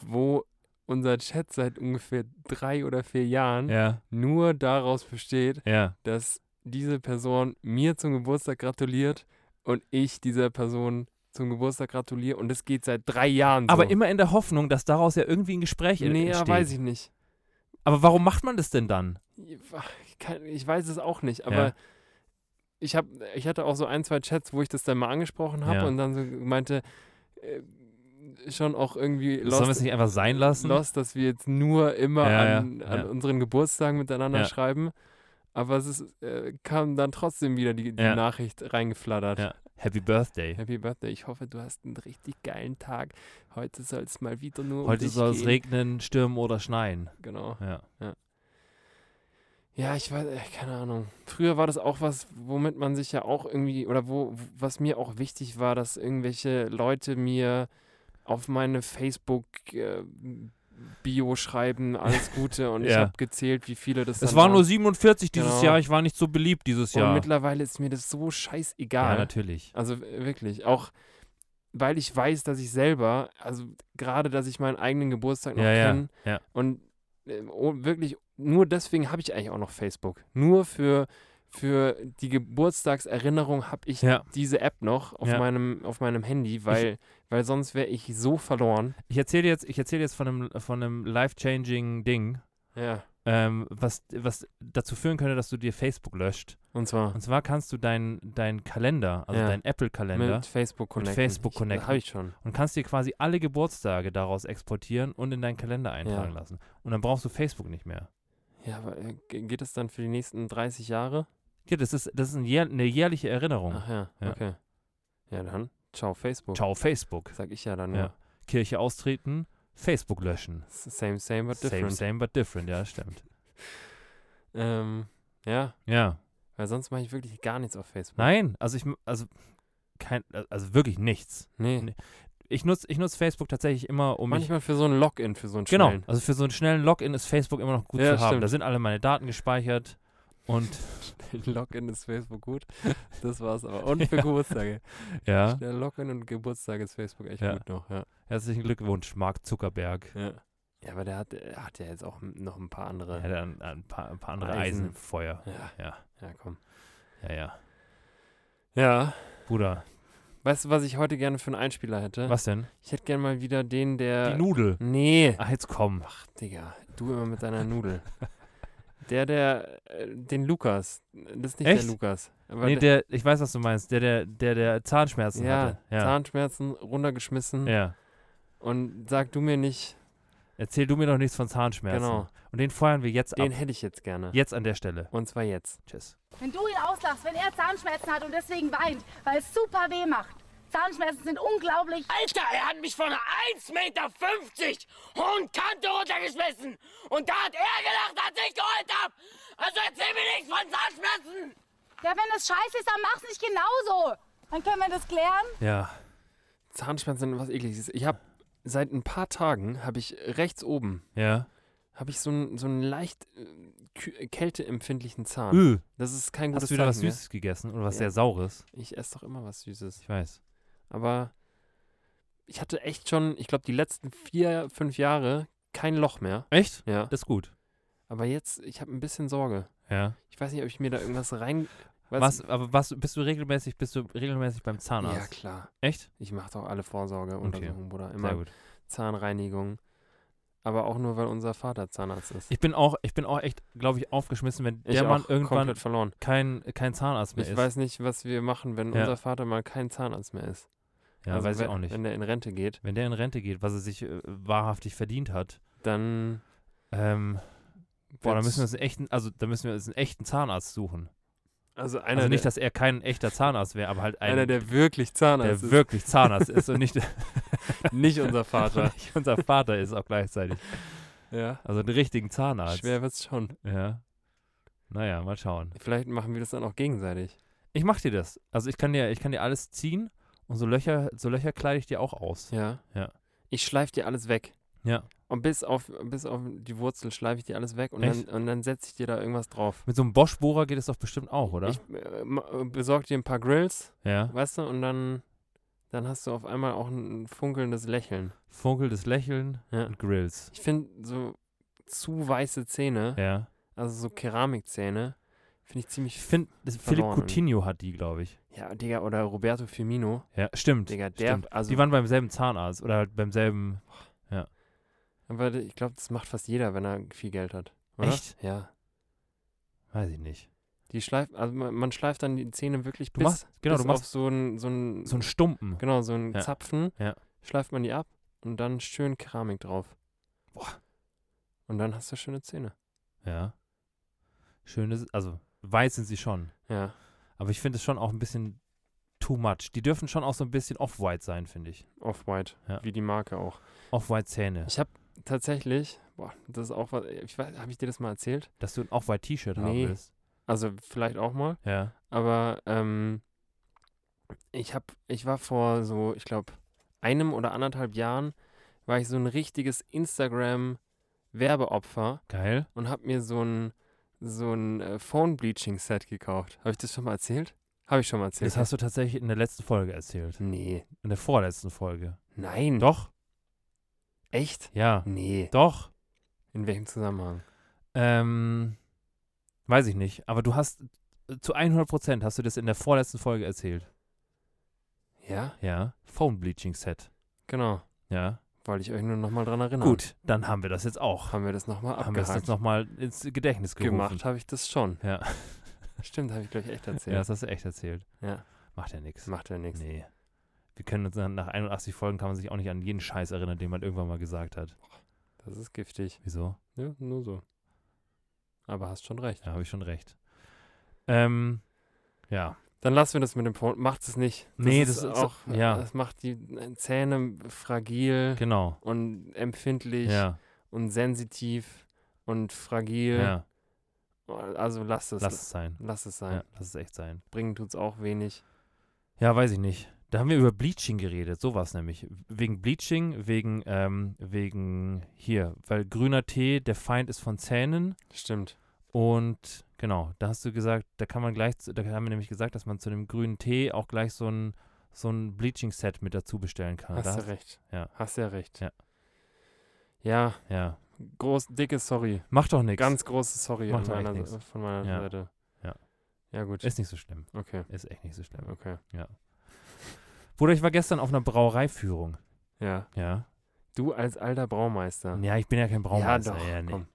wo unser Chat seit ungefähr drei oder vier Jahren
Ja,
nur daraus besteht,
ja.
dass diese Person mir zum Geburtstag gratuliert und ich dieser Person zum Geburtstag gratuliere und es geht seit drei Jahren so.
Aber immer in der Hoffnung, dass daraus ja irgendwie ein Gespräch en-
Nee, ja,
entsteht.
weiß ich nicht.
Aber warum macht man das denn dann?
Ich, kann, ich weiß es auch nicht, aber
Ja.
ich, hab, ich hatte auch so ein, zwei Chats, wo ich das dann mal angesprochen habe
Ja.
und dann so meinte, äh, schon auch irgendwie
Sollen wir es
lost,
nicht einfach sein lassen?
lost, dass wir jetzt nur immer
Ja,
an,
ja,
an
ja.
unseren Geburtstagen miteinander
Ja.
schreiben. Aber es ist, äh, kam dann trotzdem wieder die, die
Ja.
Nachricht reingeflattert.
Ja. Happy Birthday.
Happy Birthday. Ich hoffe, du hast einen richtig geilen Tag. Heute soll es mal wieder nur um
Heute
dich
soll es
gehen.
regnen, stürmen oder schneien.
Genau.
Ja.
Ja, ich weiß, äh, keine Ahnung. Früher war das auch was, womit man sich ja auch irgendwie, oder wo, was mir auch wichtig war, dass irgendwelche Leute mir auf meine Facebook-Bio schreiben, alles Gute. Und ich
Ja.
habe gezählt, wie viele das
Es
dann
waren nur
waren.
47 dieses
Genau.
Jahr. Ich war nicht so beliebt dieses
Und
Jahr.
mittlerweile ist mir das so scheißegal.
Ja, natürlich.
Also w- wirklich, auch weil ich weiß, dass ich selber, also gerade, dass ich meinen eigenen Geburtstag noch
Ja, ja,
kenne
ja.
und äh, oh, wirklich nur deswegen habe ich eigentlich auch noch Facebook. Nur für, für die Geburtstagserinnerung habe ich
Ja.
diese App noch auf,
Ja.
meinem, auf meinem Handy, weil, weil sonst wäre ich so verloren.
Ich erzähle jetzt, ich erzähle jetzt von einem, von einem life-changing Ding,
Ja.
ähm, was, was dazu führen könnte, dass du dir Facebook löscht.
Und zwar
Und zwar kannst du deinen deinen Kalender, also
Ja.
deinen Apple-Kalender,
mit Facebook
mit
connecten.
Facebook
Ich-
connecten.
Habe ich schon.
und kannst dir quasi alle Geburtstage daraus exportieren und in deinen Kalender eintragen lassen. Und dann brauchst du Facebook nicht mehr.
Ja, aber äh, ge- geht das dann für die nächsten 30 Jahre?
Ja, das ist, das ist ein jähr, eine jährliche Erinnerung.
Ach ja,
Oh. Ja.
okay. Ja, dann. Ciao, Facebook.
Ciao Facebook.
Sag ich ja dann.
Ja.
Ja.
Kirche austreten, Facebook löschen.
Same, same, but
Same,
different.
same, but different. Ja, das stimmt.
Ähm, ja,
Ja.
weil sonst mache ich wirklich gar nichts auf Facebook.
Nein, also ich, m- also, kein, also wirklich nichts.
Nee.
Nee, Ich nutze ich nutz Facebook tatsächlich immer, um mich
Manchmal für so ein Login, für so ein
Genau,
schnellen.
also für so einen schnellen Login ist Facebook immer noch gut
Ja,
zu haben.
stimmt.
Da sind alle meine Daten gespeichert und
Login ist Facebook gut. Das war's aber. Und für
Ja.
Geburtstage.
ja,
Der Login und Geburtstag ist Facebook echt
Ja.
gut noch. Ja.
herzlichen Glückwunsch, Mark Zuckerberg.
ja. Ja, aber der hat, er hat ja jetzt auch m- noch ein paar
Er
andere.
hat ein, ein, paar, ein paar andere Eisen.
Eisen.
im Feuer.
Ja.
Ja,
Ja, komm.
ja, ja.
Ja.
Bruder,
Weißt du, was ich heute gerne für einen Einspieler hätte?
was denn?
Ich hätte gerne mal wieder den,
Die
der.
Nudel.
nee.
Ach, jetzt komm.
Ach, Digga, du immer mit deiner Nudel. Der, der, äh, den Lukas. Das ist nicht
Echt?
der Lukas. Aber
Nee,
der,
der, ich weiß, was du meinst. Der, der, der, der Zahnschmerzen
ja,
hatte. Ja,
Zahnschmerzen runtergeschmissen
ja.
und sag du mir nicht,
Erzähl du mir noch nichts von Zahnschmerzen.
genau,
Und den feuern wir jetzt
den
ab.
hätte ich jetzt gerne.
Jetzt an der Stelle.
Und zwar jetzt.
Tschüss.
Wenn du ihn auslachst, wenn er Zahnschmerzen hat und deswegen weint, weil es super weh macht. Zahnschmerzen sind unglaublich.
Alter, er hat mich von einer 1,50 Meter hohen Kante runtergeschmissen. Und da hat er gelacht, als ich geholt hab. Also erzähl mir nichts von Zahnschmerzen.
Ja, wenn das scheiße ist, dann mach's nicht genauso. Dann können wir das klären.
Ja,
Zahnschmerzen sind was ekliges. Ich habe seit ein paar Tagen, habe ich rechts oben,
ja.
habe ich so einen so einen leicht äh, kü- kälteempfindlichen Zahn.
Üh,
Das ist kein
Äh,
gutes
hast du wieder was
Zeichen, ne?
Süßes gegessen oder was
Ja.
sehr Saures?
Ich esse doch immer was Süßes.
Ich weiß.
Aber ich hatte echt schon, ich glaube, die letzten vier, fünf Jahre kein Loch mehr.
Echt?
Ja.
Das ist gut.
Aber jetzt, ich habe ein bisschen Sorge.
Ja.
Ich weiß nicht, ob ich mir da irgendwas rein.
Was, aber was, bist du regelmäßig, bist du regelmäßig beim Zahnarzt?
Ja, klar.
Echt?
Ich mache doch alle Vorsorge und
Okay.
Bruder.
Sehr
Immer
gut.
Zahnreinigung. Aber auch nur, weil unser Vater Zahnarzt ist.
Ich bin auch, ich bin auch echt, glaube ich, aufgeschmissen, wenn
Ich
der Mann
auch
irgendwann
komplett verloren.
kein, kein Zahnarzt mehr
Ich
ist.
weiß nicht, was wir machen, wenn
Ja.
unser Vater mal kein Zahnarzt mehr ist.
ja,
Also
weiß ich
wenn,
auch nicht.
Wenn der in Rente geht,
Wenn der in Rente geht, was er sich äh, wahrhaftig verdient hat,
dann.
ähm, boah, da
wird's-
müssen wir uns einen echten, also da müssen wir uns einen echten Zahnarzt suchen.
Also einer,
also nicht,
der,
dass er kein echter Zahnarzt wäre, aber halt ein,
einer, der wirklich Zahnarzt
der wirklich Zahnarzt ist und nicht,
ist. Nicht unser Vater.
nicht unser Vater ist auch gleichzeitig.
ja.
Also einen richtigen Zahnarzt.
Schwer wird's schon.
Ja. Naja, mal schauen.
Vielleicht machen wir das dann auch gegenseitig.
Ich mach dir das. Also ich kann dir, ich kann dir alles ziehen und so Löcher, so Löcher kleide ich dir auch aus.
Ja.
Ja.
Ich schleife dir alles weg.
Ja.
Und bis auf, bis auf die Wurzel schleife ich dir alles weg und dann,
Echt?
und dann setze ich dir da irgendwas drauf.
Mit so einem Bosch-Bohrer geht es doch bestimmt auch, oder?
Ich äh, ma- äh, besorg dir ein paar Grills,
ja.
weißt du, und dann, dann hast du auf einmal auch ein funkelndes Lächeln.
Funkelndes Lächeln
Ja.
und Grills.
Ich finde so zu weiße Zähne,
Ja.
also so Keramikzähne, finde ich ziemlich.
Ich finde, Philipp
Verloren.
Coutinho hat die, glaube ich.
Ja, Digga, oder Roberto Firmino.
Ja, stimmt.
Digga, der,
stimmt.
also.
die waren beim selben Zahnarzt oder halt beim selben.
aber ich glaube, das macht fast jeder, wenn er viel Geld hat. Oder?
Echt?
Ja.
Weiß ich nicht.
Die schleift, also man, man schleift dann die Zähne wirklich
Du
bis,
machst- genau,
bis
du machst-
auf so einen, so einen,
So ein Stumpen.
genau, so einen
Ja.
Zapfen,
Ja.
schleift man die ab und dann schön Keramik drauf.
Boah.
Und dann hast du schöne Zähne.
Ja. Schönes, also weiß sind sie schon.
Ja.
Aber ich finde es schon auch ein bisschen too much. Die dürfen schon auch so ein bisschen off-white sein, finde ich.
Off-White,
Ja.
wie die Marke auch.
Off-white Zähne.
Ich habe tatsächlich, boah, das ist auch was, ich weiß, habe ich dir das mal erzählt?
Dass du ein off-white T-Shirt haben
Nee.
willst.
Also vielleicht auch mal,
Ja.
aber ähm, ich hab, ich war vor so, ich glaube, einem oder anderthalb Jahren, war ich so ein richtiges Instagram-Werbeopfer.
Geil.
und habe mir so ein so ein äh, Phone Bleaching Set gekauft. Habe ich das schon mal erzählt? Habe ich schon mal erzählt.
Das hast du tatsächlich in der letzten Folge erzählt.
nee.
In der vorletzten Folge.
Nein.
Doch?
Echt?
Ja.
Nee.
Doch.
In welchem Zusammenhang?
Ähm, weiß ich nicht. Aber du hast äh, zu 100 Prozent hast du das in der vorletzten Folge erzählt.
Ja,
Ja. Phone Bleaching Set.
genau.
Ja.
Wollte ich euch nur nochmal dran erinnern.
Gut, dann haben wir das jetzt auch.
Haben wir das nochmal
Haben wir das jetzt
abgehakt.
nochmal ins Gedächtnis gerufen.
Gemacht habe ich das schon.
Ja.
Stimmt, habe ich gleich echt
ja,
erzählt.
das hast du echt erzählt.
Ja.
Macht ja nichts.
Macht ja nichts.
Nee. Wir können uns dann nach 81 Folgen kann man sich auch nicht an jeden Scheiß erinnern, den man irgendwann mal gesagt hat.
Das ist giftig.
Wieso?
Ja, nur so. Aber hast schon recht.
Da habe ich schon recht. Ähm, ja.
Dann lassen wir das mit dem Porn. Macht es nicht.
Nee, das ist
auch.
auch- ja.
Das macht die äh, Zähne fragil
Genau.
und empfindlich
Ja.
und sensitiv und fragil.
Ja.
Also lasst es.
Lass es sein.
Lass es sein.
Ja, lass es echt sein.
Bringen tut's auch wenig.
Ja, weiß ich nicht. Da haben wir über Bleaching geredet, sowas nämlich. Wegen Bleaching, wegen, ähm, wegen hier, weil grüner Tee, der Feind ist von Zähnen
Stimmt.
und genau, da hast du gesagt, da kann man gleich, zu- da haben wir nämlich gesagt, dass man zu dem grünen Tee auch gleich so ein, so ein Bleaching-Set mit dazu bestellen kann.
Hast
Da
du recht.
ja.
Hast ja recht.
Ja.
Ja,
Ja,
groß, dickes Sorry.
macht doch nichts.
Ganz großes Sorry
Macht doch
an
echt
meiner,
nix.
Se- von meiner
Ja.
Seite.
Ja.
Ja, gut.
Ist nicht so schlimm.
okay.
Ist echt nicht so schlimm.
Okay.
Bruder, ich war gestern auf einer Brauereiführung.
Ja.
Ja.
Du als alter Braumeister.
Ja, ich bin ja kein Braumeister.
ja, doch.
nee.
komm.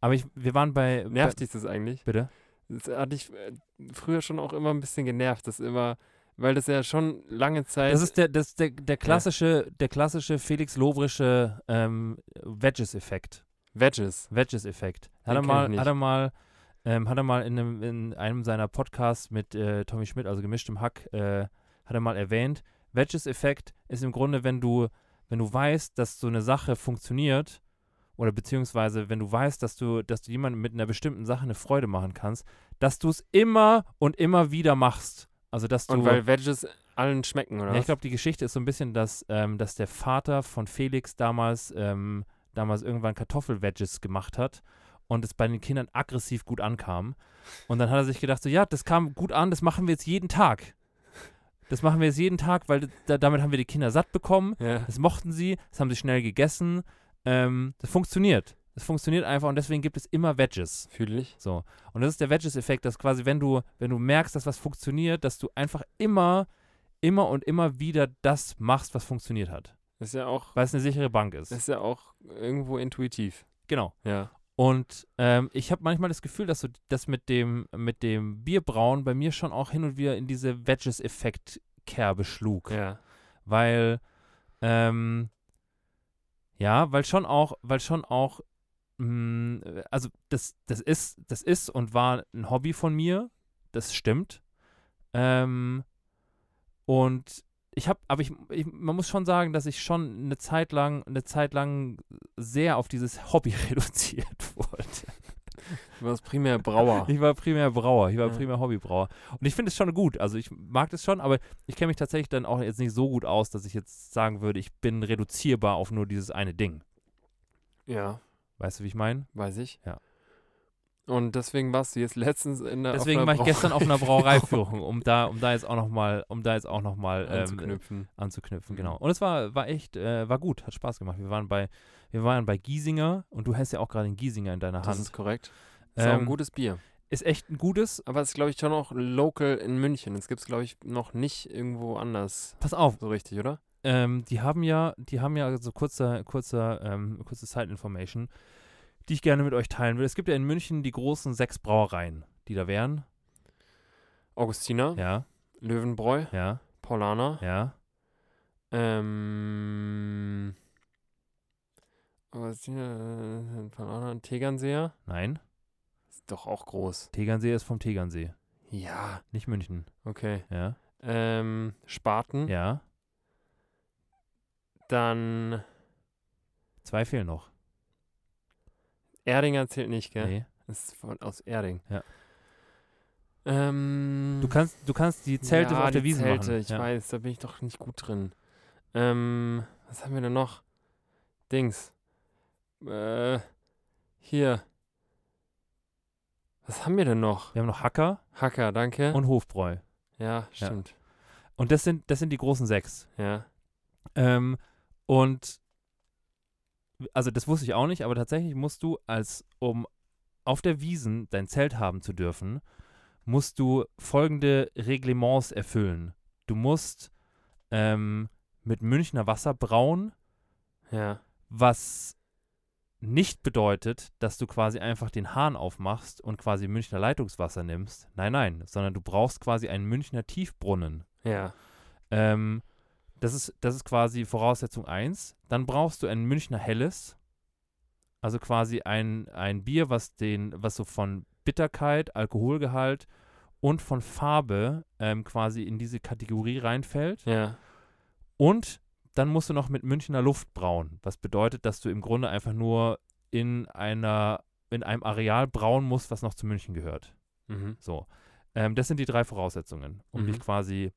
Aber ich, wir waren bei.
Nervt dich das eigentlich?
bei, bitte?
Das hat dich äh, früher schon auch immer ein bisschen genervt, das immer, weil das ja schon lange Zeit.
Das ist der, das ist der, der klassische, der klassische Felix Lobrische ähm, Wedges-Effekt.
Wedges.
Wedges-Effekt. Hat
Den
er
kenn ich
mal,
nicht.
hat er mal, ähm, hat er mal in einem, in einem seiner Podcasts mit äh, Tommy Schmidt, also gemischtem Hack, äh, hat er mal erwähnt. Wedges-Effekt ist im Grunde, wenn du, wenn du weißt, dass so eine Sache funktioniert, oder beziehungsweise wenn du weißt, dass du, dass du jemandem mit einer bestimmten Sache eine Freude machen kannst, dass du es immer und immer wieder machst. Also dass du
Und weil Wedges allen schmecken, oder?
ja, ich
was?
glaube, die Geschichte ist so ein bisschen, dass, ähm, dass der Vater von Felix damals, ähm, damals irgendwann Kartoffelwedges gemacht hat und es bei den Kindern aggressiv gut ankam. Und dann hat er sich gedacht, so ja, das kam gut an, das machen wir jetzt jeden Tag. Das machen wir jetzt jeden Tag, weil da, damit haben wir die Kinder satt bekommen.
Ja.
Das mochten sie, das haben sie schnell gegessen. Ähm, das funktioniert. Das funktioniert einfach und deswegen gibt es immer Wedges.
Fühl ich.
So. Und das ist der Wedges-Effekt, dass quasi, wenn du, wenn du merkst, dass was funktioniert, dass du einfach immer, immer und immer wieder das machst, was funktioniert hat.
Ist ja auch,
Weil es eine sichere Bank ist.
ist ja auch irgendwo intuitiv.
genau.
Ja.
Und ähm, ich habe manchmal das Gefühl, dass so das mit dem, mit dem Bierbrauen bei mir schon auch hin und wieder in diese Wedges-Effekt-Kerbe schlug.
Ja.
Weil, ähm, ja, weil schon auch, weil schon auch, mh, also das, das ist, das ist und war ein Hobby von mir, das stimmt. Ähm, und ich habe, aber ich, ich, man muss schon sagen, dass ich schon eine Zeit lang, eine Zeit lang sehr auf dieses Hobby reduziert wurde.
Du warst primär Brauer.
Ich war primär Brauer, ich war
Ja.
primär Hobbybrauer. Und ich finde es schon gut. Also ich mag das schon, aber ich kenne mich tatsächlich dann auch jetzt nicht so gut aus, dass ich jetzt sagen würde, ich bin reduzierbar auf nur dieses eine Ding.
ja,
Weißt du, wie ich meine?
weiß ich.
Ja.
Und deswegen warst du jetzt letztens in der. auf
Deswegen
einer
war ich gestern auf einer
Brauerei-
Brauereiführung, um da, um da jetzt auch nochmal, um da jetzt auch noch mal, ähm,
anzuknüpfen. Mhm.
anzuknüpfen, genau. Und es war, war echt, äh, war gut, hat Spaß gemacht. Wir waren bei, wir waren bei Giesinger und du hast ja auch gerade einen Giesinger in deiner
das
Hand.
ist korrekt. Ist auch ein
Ähm,
gutes Bier.
ist echt ein gutes.
Aber es ist, glaube ich, schon auch local in München. Das gibt es, glaube ich, noch nicht irgendwo anders.
Pass auf,
So richtig, oder?
Ähm, die haben ja, die haben ja so kurzer, kurzer, ähm, kurze Side-Information, die ich gerne mit euch teilen will. Es gibt ja in München die großen sechs Brauereien, die da wären.
Augustiner,
Ja,
Löwenbräu,
ja,
Paulaner,
ja.
ähm, Augustiner, äh, Paulaner, Tegernseer.
Nein,
Ist doch auch groß.
Tegernsee ist vom Tegernsee,
Ja,
nicht München.
okay.
Ja,
Ähm, Spaten,
ja.
dann
Zwei fehlen noch.
Erdinger zählt nicht, gell?
Nee.
Ist von, aus Erding.
Ja.
Ähm,
Du kannst, du kannst die Zelte
ja,
auf der
die
Wiese
Zelte,
machen.
ich
ja.
weiß, da bin ich doch nicht gut drin. Ähm, was haben wir denn noch? Dings. Äh, hier. Was haben wir denn noch?
Wir haben noch Hacker
Hacker, danke.
und Hofbräu.
Ja, stimmt.
Und das sind, das sind die großen sechs.
Ja.
Ähm, und also das wusste ich auch nicht, aber tatsächlich musst du als, um auf der Wiesen dein Zelt haben zu dürfen, musst du folgende Reglements erfüllen. Du musst ähm, mit Münchner Wasser brauen,
Ja.
was nicht bedeutet, dass du quasi einfach den Hahn aufmachst und quasi Münchner Leitungswasser nimmst. Nein, nein, sondern du brauchst quasi einen Münchner Tiefbrunnen.
Ja.
Ähm, das, ist, das ist quasi Voraussetzung 1. Dann brauchst du ein Münchner Helles. Also quasi ein, ein Bier, was, den, was so von Bitterkeit, Alkoholgehalt und von Farbe ähm, quasi in diese Kategorie reinfällt.
Ja.
Und dann musst du noch mit Münchner Luft brauen. Was bedeutet, dass du im Grunde einfach nur in, einer, in einem Areal brauen musst, was noch zu München gehört.
Mhm.
So, ähm, das sind die drei Voraussetzungen, um
Mhm.
dich quasi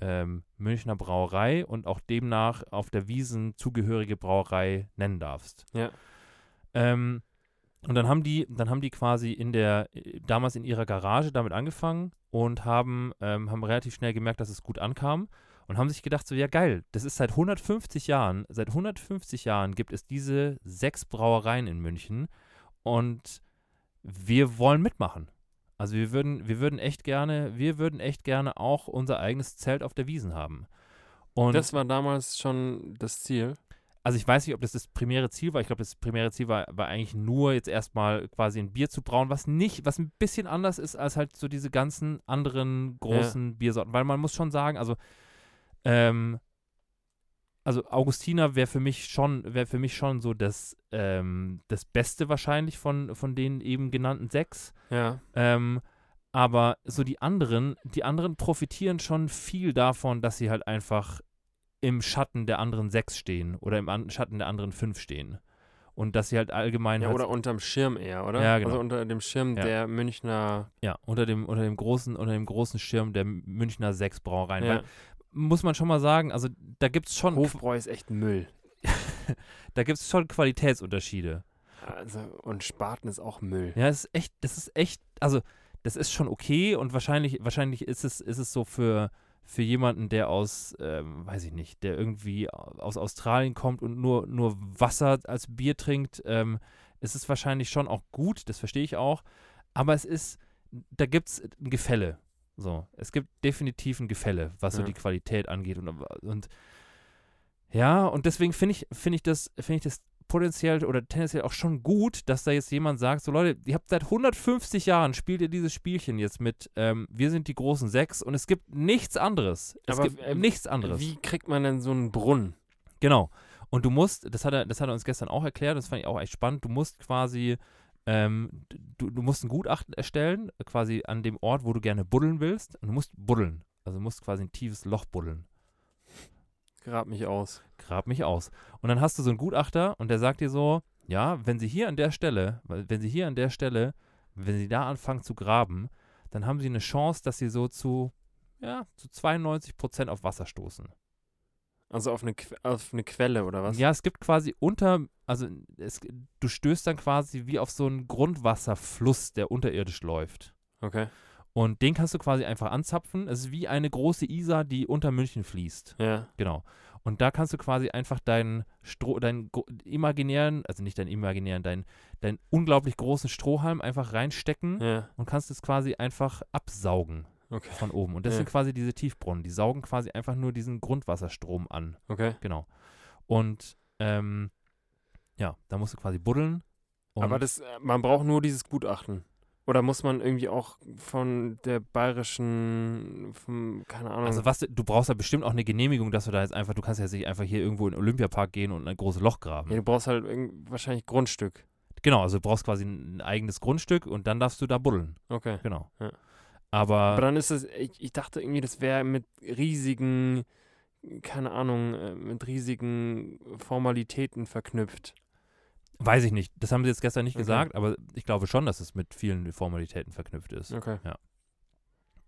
ähm, Münchner Brauerei und auch demnach auf der Wiesen zugehörige Brauerei nennen darfst.
Ja.
Ähm, und dann haben die, dann haben die quasi in der, äh, damals in ihrer Garage damit angefangen und haben, ähm, haben relativ schnell gemerkt, dass es gut ankam und haben sich gedacht, so, ja geil, das ist seit 150 Jahren, seit 150 Jahren gibt es diese sechs Brauereien in München und wir wollen mitmachen. Also wir würden, wir würden echt gerne, wir würden echt gerne auch unser eigenes Zelt auf der Wiesen haben. Und
das war damals schon das Ziel.
also ich weiß nicht, ob das das primäre Ziel war. Ich glaube, das primäre Ziel war, war eigentlich nur jetzt erstmal quasi ein Bier zu brauen, was nicht, was ein bisschen anders ist als halt so diese ganzen anderen großen Biersorten. Weil man muss schon sagen, also ähm, also Augustiner wäre für mich schon, wäre für mich schon so das, ähm, das Beste wahrscheinlich von, von den eben genannten sechs.
Ja.
Ähm, aber so die anderen, die anderen profitieren schon viel davon, dass sie halt einfach im Schatten der anderen sechs stehen oder im an Schatten der anderen fünf stehen. Und dass sie halt allgemein
Ja,
halt,
oder unterm Schirm eher, oder?
Ja, genau.
Also unter dem Schirm
Ja.
der Münchner.
ja, unter dem, unter dem großen, unter dem großen Schirm der Münchner sechs Brauereien.
Ja.
Weil, muss man schon mal sagen, also da gibt es schon,
Hofbräu ist echt Müll.
da gibt's schon Qualitätsunterschiede.
Also, und Spaten ist auch Müll.
Ja, das ist echt, das ist echt, also das ist schon okay und wahrscheinlich, wahrscheinlich ist es, ist es so für, für jemanden, der aus, ähm, weiß ich nicht, der irgendwie au- aus Australien kommt und nur, nur Wasser als Bier trinkt, ähm, ist es wahrscheinlich schon auch gut, das verstehe ich auch. Aber es ist, da gibt es ein Gefälle. So, es gibt definitiv ein Gefälle, was so
Ja.
die Qualität angeht. Und, und ja, und deswegen finde ich, finde ich das, finde ich das potenziell oder tendenziell auch schon gut, dass da jetzt jemand sagt, so Leute, ihr habt seit 150 Jahren spielt ihr dieses Spielchen jetzt mit, ähm, wir sind die großen sechs und es gibt nichts anderes. Es
Aber,
gibt
äh,
nichts anderes.
Wie kriegt man denn so einen Brunnen?
Genau. Und du musst, das hat er, das hat er uns gestern auch erklärt, das fand ich auch echt spannend, du musst quasi, ähm, du, du musst ein Gutachten erstellen, quasi an dem Ort, wo du gerne buddeln willst. Und du musst buddeln. Also du musst quasi ein tiefes Loch buddeln.
Grab mich aus.
grab mich aus. Und dann hast du so einen Gutachter und der sagt dir so, ja, wenn sie hier an der Stelle, weil- wenn sie hier an der Stelle, wenn sie da anfangen zu graben, dann haben sie eine Chance, dass sie so zu, ja, zu 92 Prozent auf Wasser stoßen.
Also auf eine, Que- auf eine Quelle oder was?
Also, Ja, es gibt quasi unter, also es, du stößt dann quasi wie auf so einen Grundwasserfluss, der unterirdisch läuft.
Okay.
Und den kannst du quasi einfach anzapfen. Es ist wie eine große Isar, die unter München fließt.
Ja.
Genau. Und da kannst du quasi einfach deinen Stroh, deinen gro- imaginären, also nicht deinen imaginären, deinen, deinen unglaublich großen Strohhalm einfach reinstecken
Ja.
und kannst es quasi einfach absaugen
Okay.
von oben. Und das
Ja.
sind quasi diese Tiefbrunnen. Die saugen quasi einfach nur diesen Grundwasserstrom an.
Okay.
Genau. Und ähm, ja, da musst du quasi buddeln. Und
Aber das, äh, man braucht nur dieses Gutachten. Oder muss man irgendwie auch von der bayerischen, vom, keine Ahnung.
also was, du- du brauchst ja bestimmt auch eine Genehmigung, dass du da jetzt einfach, du kannst ja jetzt nicht einfach hier irgendwo in den Olympiapark gehen und ein großes Loch graben.
ja, du brauchst halt irgend, wahrscheinlich Grundstück.
Genau, also du brauchst quasi ein ein eigenes Grundstück und dann darfst du da buddeln.
Okay.
Genau.
Ja. Aber
Aber,
dann ist es, ich, ich dachte irgendwie, das wäre mit riesigen, keine Ahnung, äh, mit riesigen Formalitäten verknüpft.
weiß ich nicht. Das haben sie jetzt gestern nicht
Okay.
gesagt, aber ich glaube schon, dass es mit vielen Formalitäten verknüpft ist.
Okay.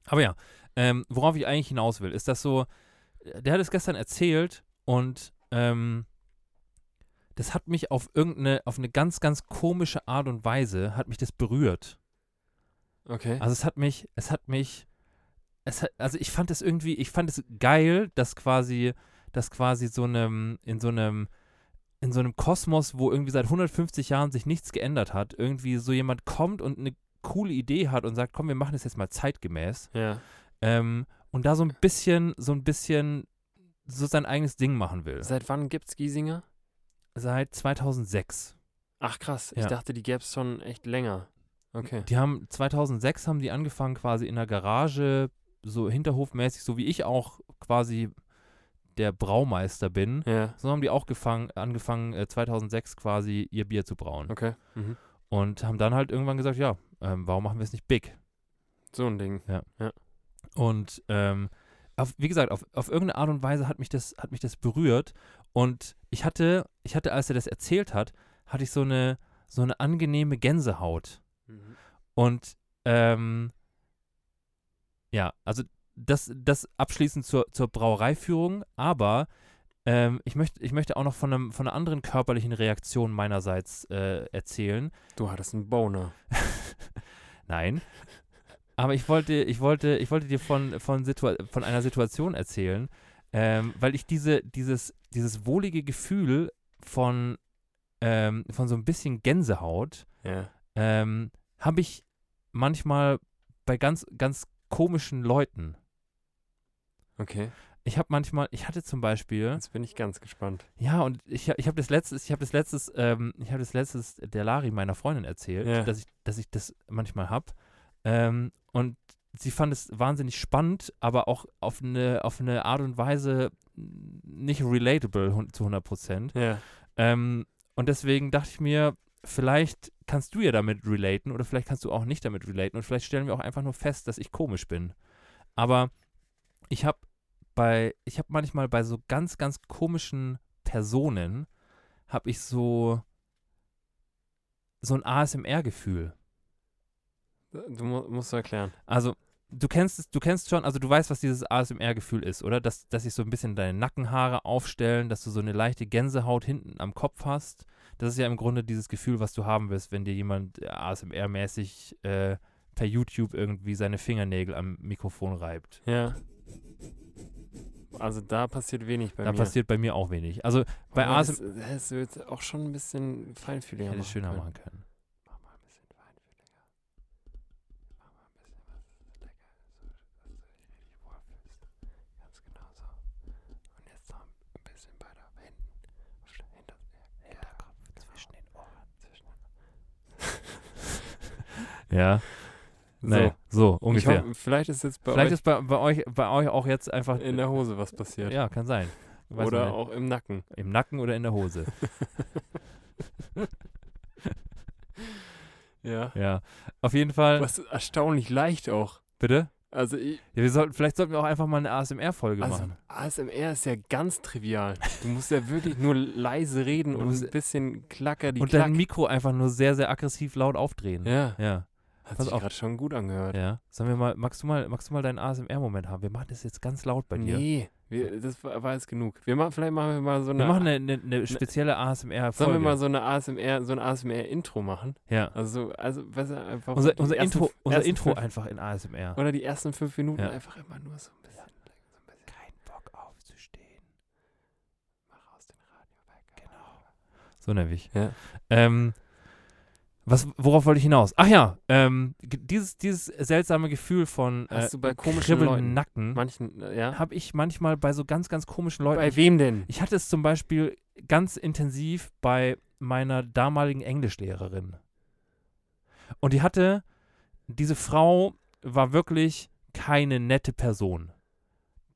Aber ja, ähm, worauf ich eigentlich hinaus will, ist das so, äh, der hat es gestern erzählt und ähm, das hat mich auf irgendeine, auf eine ganz, ganz komische Art und Weise, hat mich das berührt.
Okay.
Also es hat mich, es hat mich es, hat- also ich fand es irgendwie, ich fand es geil, dass quasi, dass quasi so einem, in so einem, in so einem Kosmos, wo irgendwie seit 150 Jahren sich nichts geändert hat, irgendwie so jemand kommt und eine coole Idee hat und sagt, komm, wir machen das jetzt mal zeitgemäß.
Ja.
Ähm, und da so ein bisschen, so ein bisschen so sein eigenes Ding machen will.
Seit wann gibt's Giesinger?
Seit 2006.
Ach krass, ich
Ja.
dachte, die gäb's schon echt länger. Okay.
Die haben 2006 haben die angefangen quasi in der Garage so hinterhofmäßig, so wie ich auch quasi der Braumeister bin.
Ja.
So haben die auch gefangen, angefangen äh, 2006 quasi ihr Bier zu brauen
Okay. Mhm.
und haben dann halt irgendwann gesagt, ja, ähm, warum machen wir es nicht big?
So ein Ding.
Und ähm, auf, wie gesagt, auf, auf irgendeine Art und Weise hat mich das, hat mich das berührt. Und ich hatte, ich hatte, als er das erzählt hat, hatte ich so eine, so eine angenehme Gänsehaut. Mhm. Und ähm, ja, also das, das abschließend zur, zur Brauereiführung, aber ähm, ich, möchte, ich möchte auch noch von, einem, von einer anderen körperlichen Reaktion meinerseits äh, erzählen.
Du hattest einen Boner.
Nein. Aber ich wollte, ich wollte, ich wollte dir von, von, Situa von einer Situation erzählen, ähm, weil ich diese, dieses, dieses wohlige Gefühl von, ähm, von so ein bisschen Gänsehaut
Ja.
ähm, habe ich manchmal bei ganz, ganz komischen Leuten.
Okay.
Ich habe manchmal, ich hatte zum Beispiel,
Jetzt bin ich ganz gespannt.
ja, und ich, hab- ich habe das letztes, ich habe das letztes, ähm, ich habe das letztes der Lari meiner Freundin erzählt,
Ja.
dass ich, dass ich das manchmal habe. Ähm, und sie fand es wahnsinnig spannend, aber auch auf eine, auf eine Art und Weise nicht relatable hun- zu 100 Prozent.
Ja.
Ähm, und deswegen dachte ich mir, vielleicht kannst du ja damit relaten oder vielleicht kannst du auch nicht damit relaten und vielleicht stellen wir auch einfach nur fest, dass ich komisch bin. Aber ich habe bei, ich habe manchmal bei so ganz, ganz komischen Personen, habe ich so, so ein ASMR-Gefühl.
Du mu musst du erklären.
Also, du kennst es, du kennst schon, also du weißt, was dieses ASMR-Gefühl ist, oder? Dass, dass sich so ein bisschen deine Nackenhaare aufstellen, dass du so eine leichte Gänsehaut hinten am Kopf hast. Das ist ja im Grunde dieses Gefühl, was du haben wirst, wenn dir jemand äh, ASMR-mäßig äh, per YouTube irgendwie seine Fingernägel am Mikrofon reibt.
Ja. Also da passiert wenig bei
da
mir.
passiert bei mir auch wenig. Also bei
Aber das,
ASMR.
das wird auch schon ein bisschen feinfühliger.
Hätte es schöner
können.
machen können.
Mach mal ein bisschen feinfühliger. Mach mal ein bisschen was lecker, so dass du dich richtig wohlfühlst. Ganz genau so. Und jetzt noch ein bisschen weiter hinten. Auf- Hinter, Hinterkopf, zwischen den Ohren. Zwischen den
Ja.
So.
Nein, so,
Ich
ungefähr.
hoffe, vielleicht ist jetzt bei
Vielleicht
euch
ist bei, bei, euch, bei euch auch jetzt einfach.
in der Hose was passiert.
ja, kann sein. Weiß man
Oder
nicht.
auch im Nacken.
Im Nacken oder in der Hose.
Ja.
ja. Auf jeden Fall.
Was erstaunlich leicht auch.
Bitte?
Also, ich,
Ja, wir sollten, vielleicht sollten wir auch einfach mal eine ASMR-Folge
also
machen.
ASMR ist ja ganz trivial. Du musst ja wirklich nur leise reden
Du
und
musst-
ein bisschen klacker die
Und
Klack.
dein Mikro einfach nur sehr, sehr aggressiv laut aufdrehen.
Ja,
Ja,
hat
pass
sich
auf.
gerade schon gut angehört.
ja. Sollen wir mal, magst du mal, magst du mal deinen ASMR-Moment haben? Wir machen das jetzt ganz laut bei dir.
Nee, wir, das war, war jetzt genug. Wir machen, vielleicht machen wir mal so eine,
Wir machen eine, eine, eine spezielle ASMR-Folge.
Ne. sollen wir mal so eine ASMR, so ein ASMR-Intro machen?
ja.
Also, so- also besser einfach
Unser,
die
unser
ersten-
Intro, unser
ersten
Intro
fünf,
einfach in ASMR.
oder die ersten fünf Minuten
Ja.
einfach immer nur so ein bisschen, so ein bisschen.
Kein Bock aufzustehen.
Mach aus dem Radio weg.
Genau. So nervig.
Ja.
Ähm, was, worauf wollte ich hinaus? Ach ja, ähm, ge- dieses, dieses seltsame Gefühl von äh,
Hast du bei komischen
Kribbeln im
Leuten,
Nacken
manchen, äh, ja?
habe ich manchmal bei so ganz, ganz komischen Leuten.
Bei wem denn?
Ich hatte es zum Beispiel ganz intensiv bei meiner damaligen Englischlehrerin. Und die hatte, diese Frau war wirklich keine nette Person.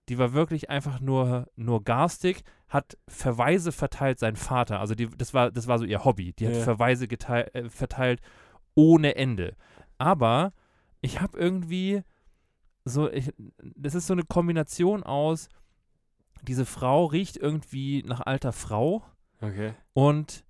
Die war wirklich einfach nur, nur garstig, hat Verweise verteilt, sein Vater. Also die, das, war, das war so ihr Hobby. Die hat
Ja.
Verweise geteil, äh, verteilt ohne Ende. Aber ich habe irgendwie so, ich, das ist so eine Kombination aus, diese Frau riecht irgendwie nach alter Frau
Okay.
und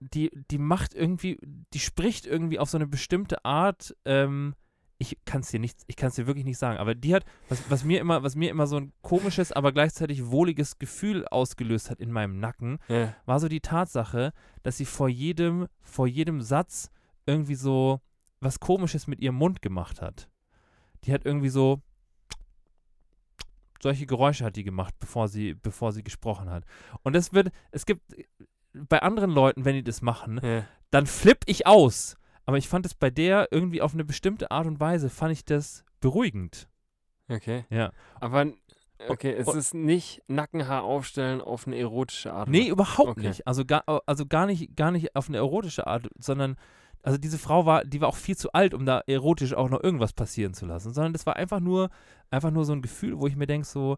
die, die macht irgendwie, die spricht irgendwie auf so eine bestimmte Art, ähm, ich kann es dir nicht, ich kann es dir wirklich nicht sagen, aber die hat, was, was mir immer, was mir immer so ein komisches, aber gleichzeitig wohliges Gefühl ausgelöst hat in meinem Nacken,
Ja.
war so die Tatsache, dass sie vor jedem, vor jedem Satz irgendwie so was Komisches mit ihrem Mund gemacht hat. Die hat irgendwie so solche Geräusche hat die gemacht, bevor sie, bevor sie gesprochen hat. Und es wird, es gibt bei anderen Leuten, wenn die das machen,
Ja.
dann flipp ich aus. Aber ich fand es bei der irgendwie auf eine bestimmte Art und Weise, fand ich das beruhigend.
Okay.
Ja.
Aber okay, es
und-
ist nicht Nackenhaar aufstellen auf eine erotische Art. und
Nee,
Weise.
überhaupt
Okay.
nicht. Also gar, also gar nicht, gar nicht auf eine erotische Art, sondern also diese Frau war, die war auch viel zu alt, um da erotisch auch noch irgendwas passieren zu lassen, sondern das war einfach nur, einfach nur so ein Gefühl, wo ich mir denke so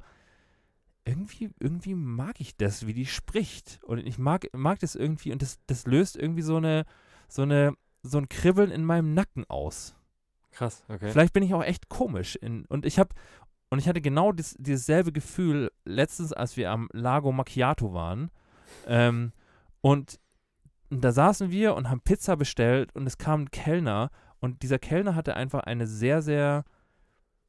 irgendwie, irgendwie mag ich das, wie die spricht und ich mag, mag das irgendwie und das, das löst irgendwie so eine, so eine, so ein Kribbeln in meinem Nacken aus.
Krass, okay.
Vielleicht bin ich auch echt komisch. In, und ich habe und ich hatte genau dies, dieses selbe Gefühl letztens, als wir am Lago Macchiato waren. Ähm, und da saßen wir und haben Pizza bestellt und es kam ein Kellner und dieser Kellner hatte einfach eine sehr, sehr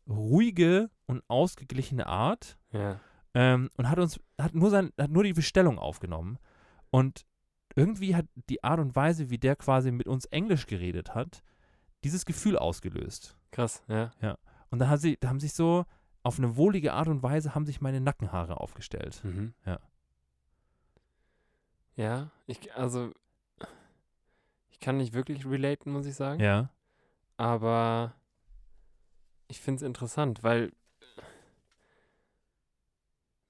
ruhige und ausgeglichene Art
Ja.
ähm, und hat uns, hat nur sein, hat nur die Bestellung aufgenommen. Und irgendwie hat die Art und Weise, wie der quasi mit uns Englisch geredet hat, dieses Gefühl ausgelöst.
Krass, ja.
Und da haben, sie, da haben sich so, auf eine wohlige Art und Weise haben sich meine Nackenhaare aufgestellt.
Mhm.
Ja.
Ja, ich, also, ich kann nicht wirklich relaten, muss ich sagen.
Ja.
Aber ich finde es interessant, weil,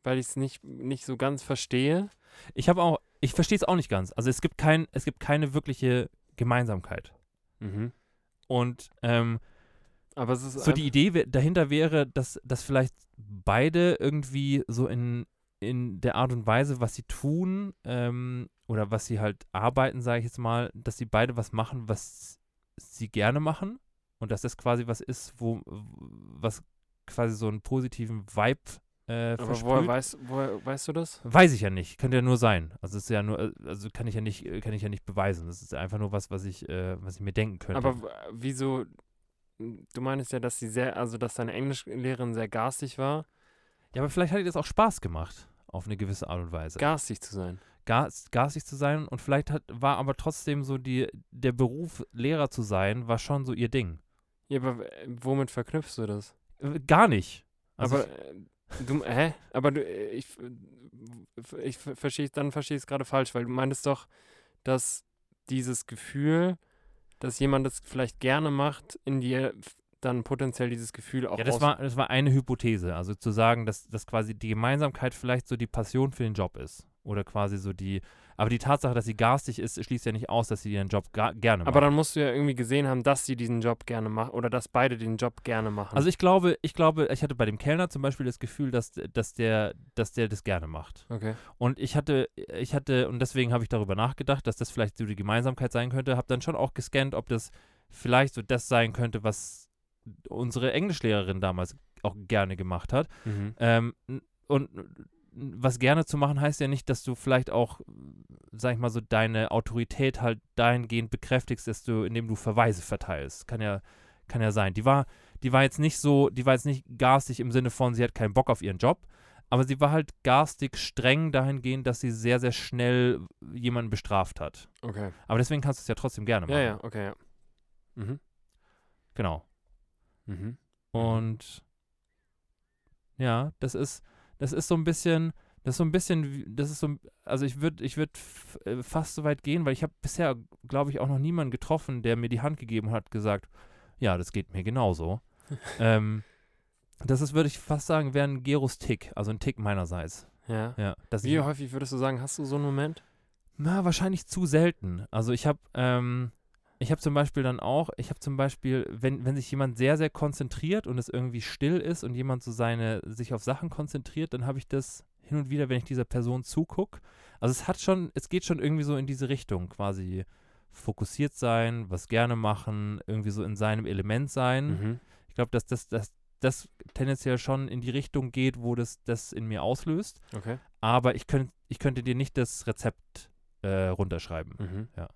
weil ich es nicht, nicht so ganz verstehe.
Ich habe auch, ich verstehe es auch nicht ganz. Also es gibt kein, es gibt keine wirkliche Gemeinsamkeit.
Mhm.
Und ähm,
Aber es ist
so die Idee wär- dahinter wäre, dass, dass vielleicht beide irgendwie so in, in der Art und Weise, was sie tun ähm, oder was sie halt arbeiten, sage ich jetzt mal, dass sie beide was machen, was sie gerne machen und dass das quasi was ist, wo was quasi so einen positiven Vibe äh,
aber
versprüht.
woher, weißt, woher weißt du das?
Weiß ich ja nicht, könnte ja nur sein. Also es ist ja nur, äh, also kann ich ja nicht, äh, kann ich ja nicht beweisen. Das ist einfach nur was, was ich, äh, was ich mir denken könnte.
Aber w- äh, wieso? hm, Du meinst ja, dass sie sehr, also dass deine Englischlehrerin sehr garstig war,
ja, aber vielleicht hat ihr das auch Spaß gemacht, auf eine gewisse Art und Weise.
garstig zu sein.
Gas, garstig zu sein und vielleicht hat, war aber trotzdem so die, der Beruf Lehrer zu sein, war schon so ihr Ding.
Ja, aber w- äh, womit verknüpfst du das?
Äh, Gar nicht. Also
aber äh, du, hä? Aber du, äh, ich, f- ich f- verstehe, dann verstehe ich es gerade falsch, weil du meintest doch, dass dieses Gefühl, dass jemand das vielleicht gerne macht, in dir f- dann potenziell dieses Gefühl auch
Ja, das
aus-
war, das war eine Hypothese. Also zu sagen, dass, dass quasi die Gemeinsamkeit vielleicht so die Passion für den Job ist. Oder quasi so die. Aber die Tatsache, dass sie garstig ist, schließt ja nicht aus, dass sie ihren Job ga, gerne macht.
Aber dann musst du ja irgendwie gesehen haben, dass sie diesen Job gerne machen oder dass beide den Job gerne machen.
also ich glaube, ich glaube, ich hatte bei dem Kellner zum Beispiel das Gefühl, dass, dass, der, dass der das gerne macht.
okay.
Und ich hatte, ich hatte, und deswegen habe ich darüber nachgedacht, dass das vielleicht so die Gemeinsamkeit sein könnte, habe dann schon auch gescannt, ob das vielleicht so das sein könnte, was unsere Englischlehrerin damals auch gerne gemacht hat.
Mhm.
Ähm, n- und n- was gerne zu machen heißt ja nicht, dass du vielleicht auch, sag ich mal so, deine Autorität halt dahingehend bekräftigst, dass du, indem du Verweise verteilst. Kann ja, kann ja sein. Die war, die war jetzt nicht so, die war jetzt nicht garstig im Sinne von, sie hat keinen Bock auf ihren Job, aber sie war halt garstig streng dahingehend, dass sie sehr, sehr schnell jemanden bestraft hat.
Okay.
Aber deswegen kannst du es ja trotzdem gerne machen.
Ja, ja, okay, ja. Mhm.
Genau.
Mhm.
Und ja, das ist, das ist so ein bisschen, das ist so ein bisschen, wie- das ist so, ein- also ich würde, ich würde fast so weit gehen, weil ich habe bisher, glaube ich, auch noch niemanden getroffen, der mir die Hand gegeben hat, gesagt, ja, das geht mir genauso. ähm, das ist, würde ich fast sagen, wäre ein Geros-Tick, also ein Tick meinerseits.
Ja.
Ja, dass
Wie
ich,
häufig würdest du sagen, hast du so einen Moment?
na, wahrscheinlich zu selten. Also ich habe, ähm, ich habe zum Beispiel dann auch, ich habe zum Beispiel, wenn, wenn sich jemand sehr, sehr konzentriert und es irgendwie still ist und jemand so seine, sich auf Sachen konzentriert, dann habe ich das hin und wieder, wenn ich dieser Person zugucke. Also es hat schon, es geht schon irgendwie so in diese Richtung, quasi fokussiert sein, was gerne machen, irgendwie so in seinem Element sein.
Mhm.
Ich glaube, dass das, das, das tendenziell schon in die Richtung geht, wo das, das in mir auslöst
Okay.
aber ich, könnt, ich könnte dir nicht das Rezept äh, runterschreiben.
Mhm.
Ja.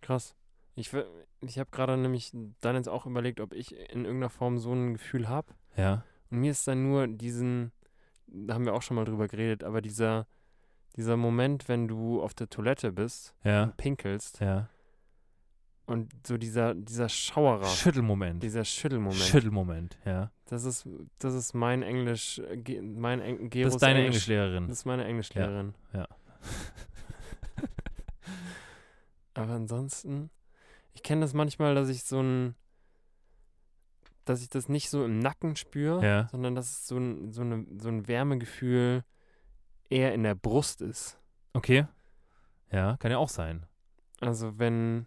Krass. Ich, wür- ich habe gerade nämlich dann jetzt auch überlegt, ob ich in irgendeiner Form so ein Gefühl habe.
Ja.
Und mir ist dann nur diesen, da haben wir auch schon mal drüber geredet, aber dieser, dieser Moment, wenn du auf der Toilette bist
Ja.
und pinkelst
Ja.
Und so dieser, dieser Schauerer,
Schüttelmoment.
dieser Schüttelmoment.
Schüttelmoment, ja.
Das ist, das ist mein Englisch, äh, Ge- mein Eng
Das
Geros
ist deine
Englisch-
Englischlehrerin.
Das ist meine Englischlehrerin.
ja.
Aber ansonsten, ich kenne das manchmal, dass ich so ein, dass ich das nicht so im Nacken spüre,
Ja.
sondern dass es so ein, so, eine, so ein Wärmegefühl eher in der Brust ist.
Okay. Ja, kann ja auch sein.
Also wenn,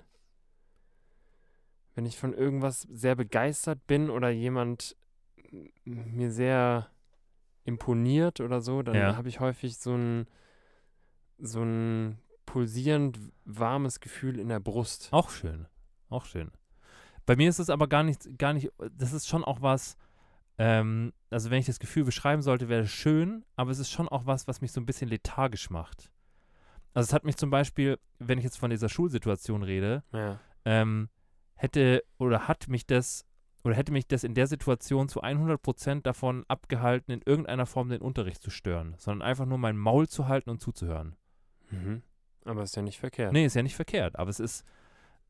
wenn ich von irgendwas sehr begeistert bin oder jemand m- mir sehr imponiert oder so, dann
Ja.
habe ich häufig so ein, so ein pulsierend warmes Gefühl in der Brust.
Auch schön. Auch schön. Bei mir ist es aber gar nicht, gar nicht, das ist schon auch was, ähm, also wenn ich das Gefühl beschreiben sollte, wäre es schön, aber es ist schon auch was, was mich so ein bisschen lethargisch macht. Also es hat mich zum Beispiel, wenn ich jetzt von dieser Schulsituation rede,
Ja.
ähm, hätte oder hat mich das oder hätte mich das in der Situation zu 100% davon abgehalten, in irgendeiner Form den Unterricht zu stören, sondern einfach nur mein Maul zu halten und zuzuhören.
Mhm. Aber ist ja nicht verkehrt.
Nee, ist ja nicht verkehrt, aber es ist,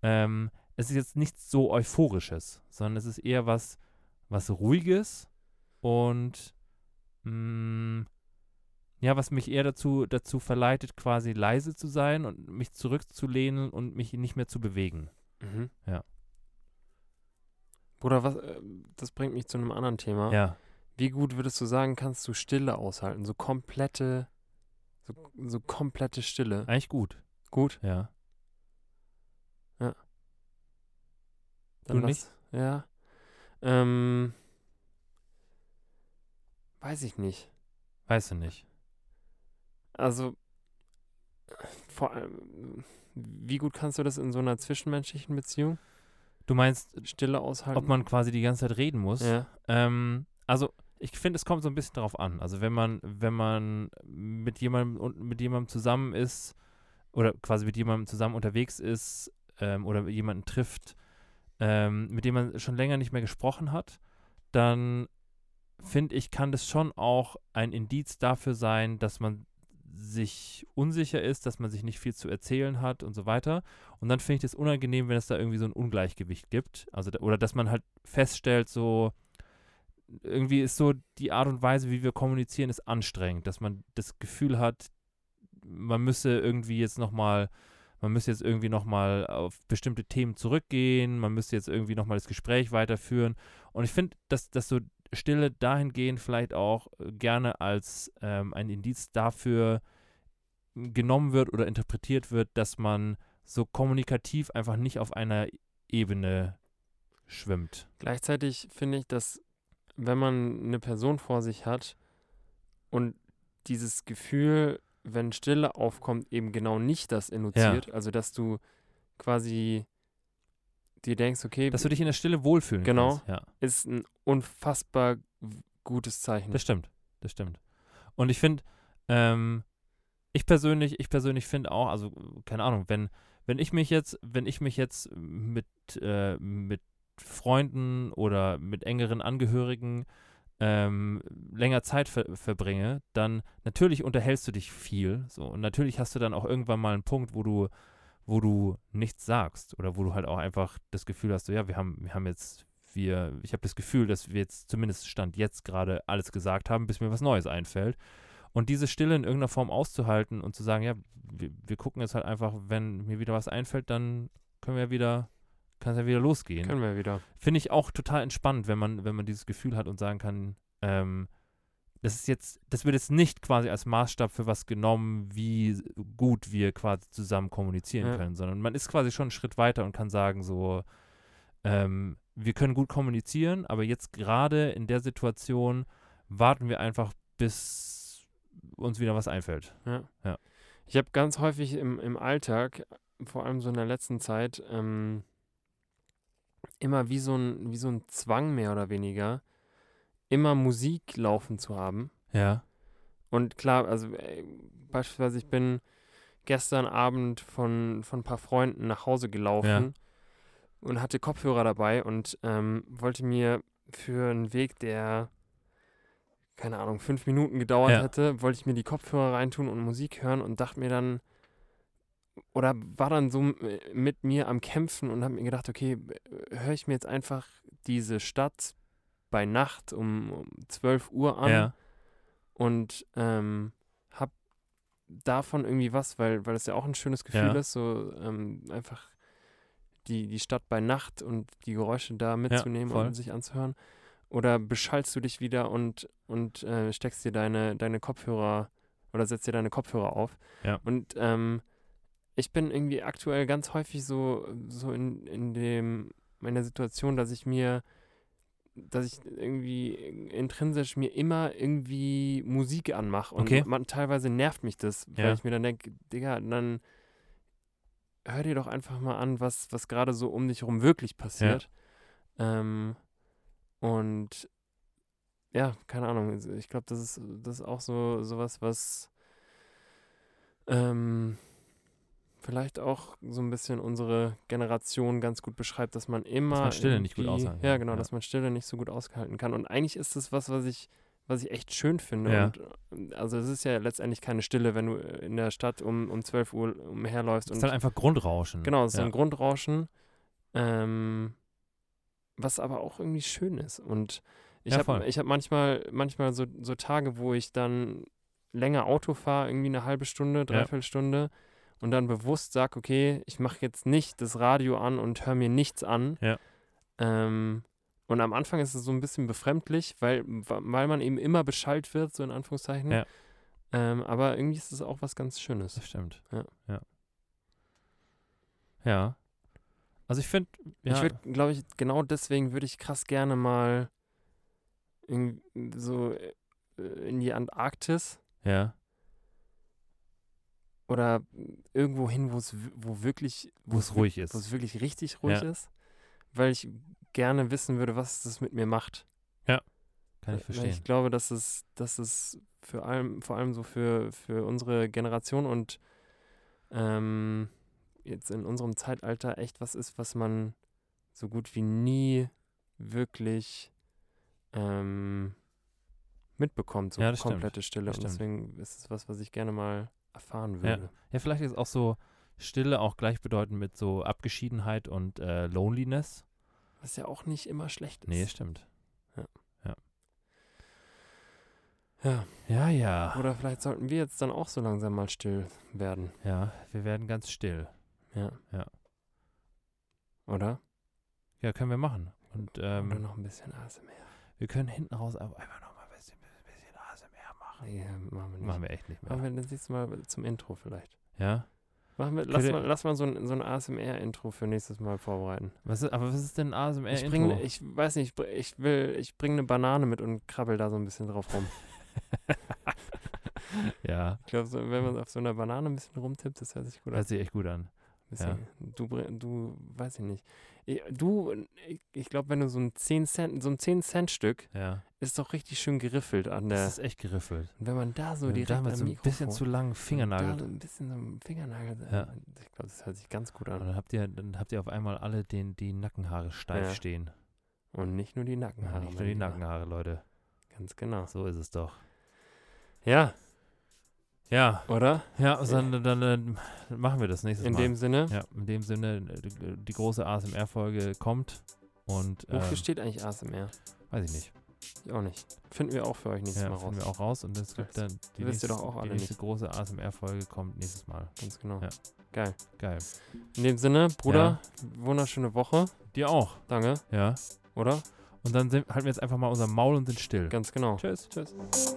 ähm, es ist jetzt nichts so Euphorisches, sondern es ist eher was, was Ruhiges und mh, ja, was mich eher dazu, dazu verleitet, quasi leise zu sein und mich zurückzulehnen und mich nicht mehr zu bewegen.
Mhm.
Ja.
Bruder, was, äh, das bringt mich zu einem anderen Thema.
Ja.
Wie gut würdest du sagen, kannst du Stille aushalten? So komplette, so, so komplette Stille.
Eigentlich gut.
Gut,
Ja.
dann
du
lass- Ja. Ähm, weiß ich nicht.
Weißt du nicht.
Also, vor allem, wie gut kannst du das in so einer zwischenmenschlichen Beziehung?
Du meinst,
Stille aushalten?
ob man quasi die ganze Zeit reden muss?
ja.
Ähm, also ich finde, es kommt so ein bisschen drauf an. Also wenn man, wenn man mit jemandem und mit jemandem zusammen ist oder quasi mit jemandem zusammen unterwegs ist ähm, oder jemanden trifft, ähm, mit dem man schon länger nicht mehr gesprochen hat, dann finde ich, kann das schon auch ein Indiz dafür sein, dass man sich unsicher ist, dass man sich nicht viel zu erzählen hat und so weiter. Und dann finde ich das unangenehm, wenn es da irgendwie so ein Ungleichgewicht gibt. Also, da- oder dass man halt feststellt, so, irgendwie ist so die Art und Weise, wie wir kommunizieren, ist anstrengend, dass man das Gefühl hat, man müsse irgendwie jetzt nochmal, man müsse jetzt irgendwie nochmal auf bestimmte Themen zurückgehen, man müsste jetzt irgendwie nochmal das Gespräch weiterführen. Und ich finde, dass, dass so Stille dahingehend vielleicht auch äh, gerne als ähm, ein Indiz dafür genommen wird oder interpretiert wird, dass man so kommunikativ einfach nicht auf einer Ebene schwimmt.
Gleichzeitig finde ich, dass wenn man eine Person vor sich hat und dieses Gefühl, wenn Stille aufkommt, eben genau nicht das induziert, also dass du quasi dir denkst, okay,
Dass du dich in der Stille wohlfühlen
Genau.
kannst. Ja,
ist ein unfassbar w- gutes Zeichen.
das stimmt. Das stimmt. Und ich finde, ähm, ich persönlich, ich persönlich finde auch, also, keine Ahnung, wenn, wenn ich mich jetzt, wenn ich mich jetzt mit, äh, mit Freunden oder mit engeren Angehörigen ähm, länger Zeit ver verbringe, dann natürlich unterhältst du dich viel. So, und natürlich hast du dann auch irgendwann mal einen Punkt, wo du, wo du nichts sagst oder wo du halt auch einfach das Gefühl hast, so ja, wir haben, wir haben jetzt, wir, ich habe das Gefühl, dass wir jetzt zumindest Stand jetzt gerade alles gesagt haben, bis mir was Neues einfällt. Und diese Stille in irgendeiner Form auszuhalten und zu sagen, ja, wir, wir gucken jetzt halt einfach, wenn mir wieder was einfällt, dann können wir wieder, kann es ja wieder losgehen
Können wir wieder.
finde ich auch total entspannend, wenn man, wenn man dieses Gefühl hat und sagen kann, ähm, das ist jetzt, das wird jetzt nicht quasi als Maßstab für was genommen, wie gut wir quasi zusammen kommunizieren
Ja.
können, sondern man ist quasi schon einen Schritt weiter und kann sagen, so, ähm, wir können gut kommunizieren, aber jetzt gerade in der Situation warten wir einfach, bis uns wieder was einfällt.
Ich habe ganz häufig im, im Alltag, vor allem so in der letzten Zeit, ähm, immer wie so, ein, wie so ein Zwang mehr oder weniger, immer Musik laufen zu haben.
Ja.
Und klar, also äh, beispielsweise, ich bin gestern Abend von, von ein paar Freunden nach Hause gelaufen und hatte Kopfhörer dabei und ähm, wollte mir für einen Weg, der, keine Ahnung, fünf Minuten gedauert
Ja.
hätte, wollte ich mir die Kopfhörer reintun und Musik hören und dachte mir dann, oder war dann so m- äh, mit mir am Kämpfen und habe mir gedacht, okay, höre ich mir jetzt einfach diese Stadt bei Nacht um, um 12 Uhr an
Ja.
und ähm, habe davon irgendwie was, weil, weil es ja auch ein schönes Gefühl
Ja.
ist, so ähm, einfach die, die Stadt bei Nacht und die Geräusche da mitzunehmen
voll.
und sich anzuhören. Oder beschallst du dich wieder und, und äh, steckst dir deine, deine Kopfhörer oder setzt dir deine Kopfhörer auf.
Ja.
Und ähm, ich bin irgendwie aktuell ganz häufig so, so in, in dem, in der Situation, dass ich mir, dass ich irgendwie intrinsisch mir immer irgendwie Musik anmache. Und
Okay.
man, teilweise nervt mich das, weil
Ja.
ich mir dann denke, Digga, dann hör dir doch einfach mal an, was, was gerade so um dich herum wirklich passiert. Ähm, und ja, keine Ahnung. also Ich glaube, das ist, das ist auch so sowas, was ähm, vielleicht auch so ein bisschen unsere Generation ganz gut beschreibt, dass man immer.
man Stille nicht gut
irgendwie-
aushalten
Ja,
kann,
genau,
ja.
dass man Stille nicht so gut aushalten kann. Und eigentlich ist das was, was ich, was ich echt schön finde.
Ja.
Und, äh, also es ist ja letztendlich keine Stille, wenn du äh, in der Stadt um, um 12 Uhr umherläufst
Das ist
und
dann einfach Grundrauschen.
Genau, es ist
ja.
so ein Grundrauschen, ähm, was aber auch irgendwie schön ist. Und ich
Ja, voll.
habe ich hab manchmal, manchmal so, so Tage, wo ich dann länger Auto fahre, irgendwie eine halbe Stunde, dreiviertel Stunde und dann bewusst sage, okay, ich mache jetzt nicht das Radio an und höre mir nichts an.
Ja.
Ähm, und am Anfang ist es so ein bisschen befremdlich, weil, weil man eben immer beschallt wird, so in Anführungszeichen.
Ja.
Ähm, aber irgendwie ist es auch was ganz Schönes.
Das stimmt.
Ja.
Ja. Ja. Also ich finde, ja,
Ich würde, glaube ich, genau deswegen würde ich krass gerne mal in, so äh, in die Antarktis
ja,
oder irgendwo hin, wo es w- wo wirklich,
wo es ruhig ist.
wo es wirklich richtig ruhig
Ja.
ist, weil ich gerne wissen würde, was das mit mir macht.
Kann ich
Weil
verstehen.
äh, ne, Ich glaube, dass es, dass es für allem, vor allem so für, für unsere Generation und ähm, jetzt in unserem Zeitalter echt was ist, was man so gut wie nie wirklich ähm, mitbekommt, so
Ja, das stimmt.
komplette Stille.
Das
Und
stimmt.
deswegen ist es was, was ich gerne mal erfahren würde.
Ja, vielleicht ist auch so Stille auch gleichbedeutend mit so Abgeschiedenheit und äh, Loneliness.
Was ja auch nicht immer schlecht ist.
Nee, stimmt.
Ja.
Ja.
Ja.
Ja, ja.
Oder vielleicht sollten wir jetzt dann auch so langsam mal still werden.
Ja, wir werden ganz still.
Ja.
Ja.
Oder?
Ja, können wir machen. Und ähm,
Oder noch ein bisschen ASMR.
wir können hinten raus ab- einfach nochmal ein bisschen, bisschen ASMR machen.
Nee, machen wir nicht.
Machen wir echt nicht mehr.
Machen wir das nächste Mal zum Intro vielleicht.
Ja.
Machen wir,
Könnte-
lass, mal, lass mal so ein, so ein ASMR-Intro für nächstes Mal vorbereiten.
Was ist, aber was ist denn ASMR
ich, bring,
Intro?
ich weiß nicht, ich br- ich will, ich bringe eine Banane mit und krabbel da so ein bisschen drauf rum.
ja,
Ich glaube, so, wenn man auf so einer Banane ein bisschen rumtippt, das hört sich gut an.
hört sich echt gut an.
Ein bisschen, Du, bring- du, weiß ich nicht. Ich, du, ich, ich glaube, wenn du so ein 10 Cent, so ein 10 Cent Stück,
Ja.
ist doch richtig schön geriffelt an
Das
der.
ist echt geriffelt.
Und wenn man da so
Wenn du
direkt
damit
am
so ein
Mikrofon,
bisschen zu langen
Da so
Fingernagel.
ein bisschen so ein Fingernagel.
Ja.
äh, Ich glaube, das hört sich ganz gut
Und
an.
dann habt ihr, dann habt ihr auf einmal alle den, die Nackenhaare steif
Ja.
stehen.
Und nicht nur die Nackenhaare.
Nicht
mein
nur die
Lieber.
Nackenhaare, Leute.
Ganz genau.
So ist es doch.
Ja,
Ja,
oder?
ja, also dann, dann, dann machen wir das nächstes
In
Mal.
dem Sinne.
ja, in dem Sinne, äh, die, die große ASMR-Folge kommt und ähm,
Wofür steht eigentlich ASMR?
weiß ich nicht.
Ich auch nicht. Finden wir auch für euch nächstes
Ja,
Mal
finden
raus.
wir auch raus und es gibt dann die
wisst
nächste,
ihr doch auch
die
alle
nächste große ASMR-Folge kommt nächstes Mal.
Ganz genau.
Ja.
Geil.
Geil.
In dem Sinne, Bruder, wunderschöne Woche.
Dir auch,
Danke,
ja.
oder?
Und dann sind, halten wir jetzt einfach mal unser Maul und sind still.
Ganz genau.
Tschüss. Tschüss.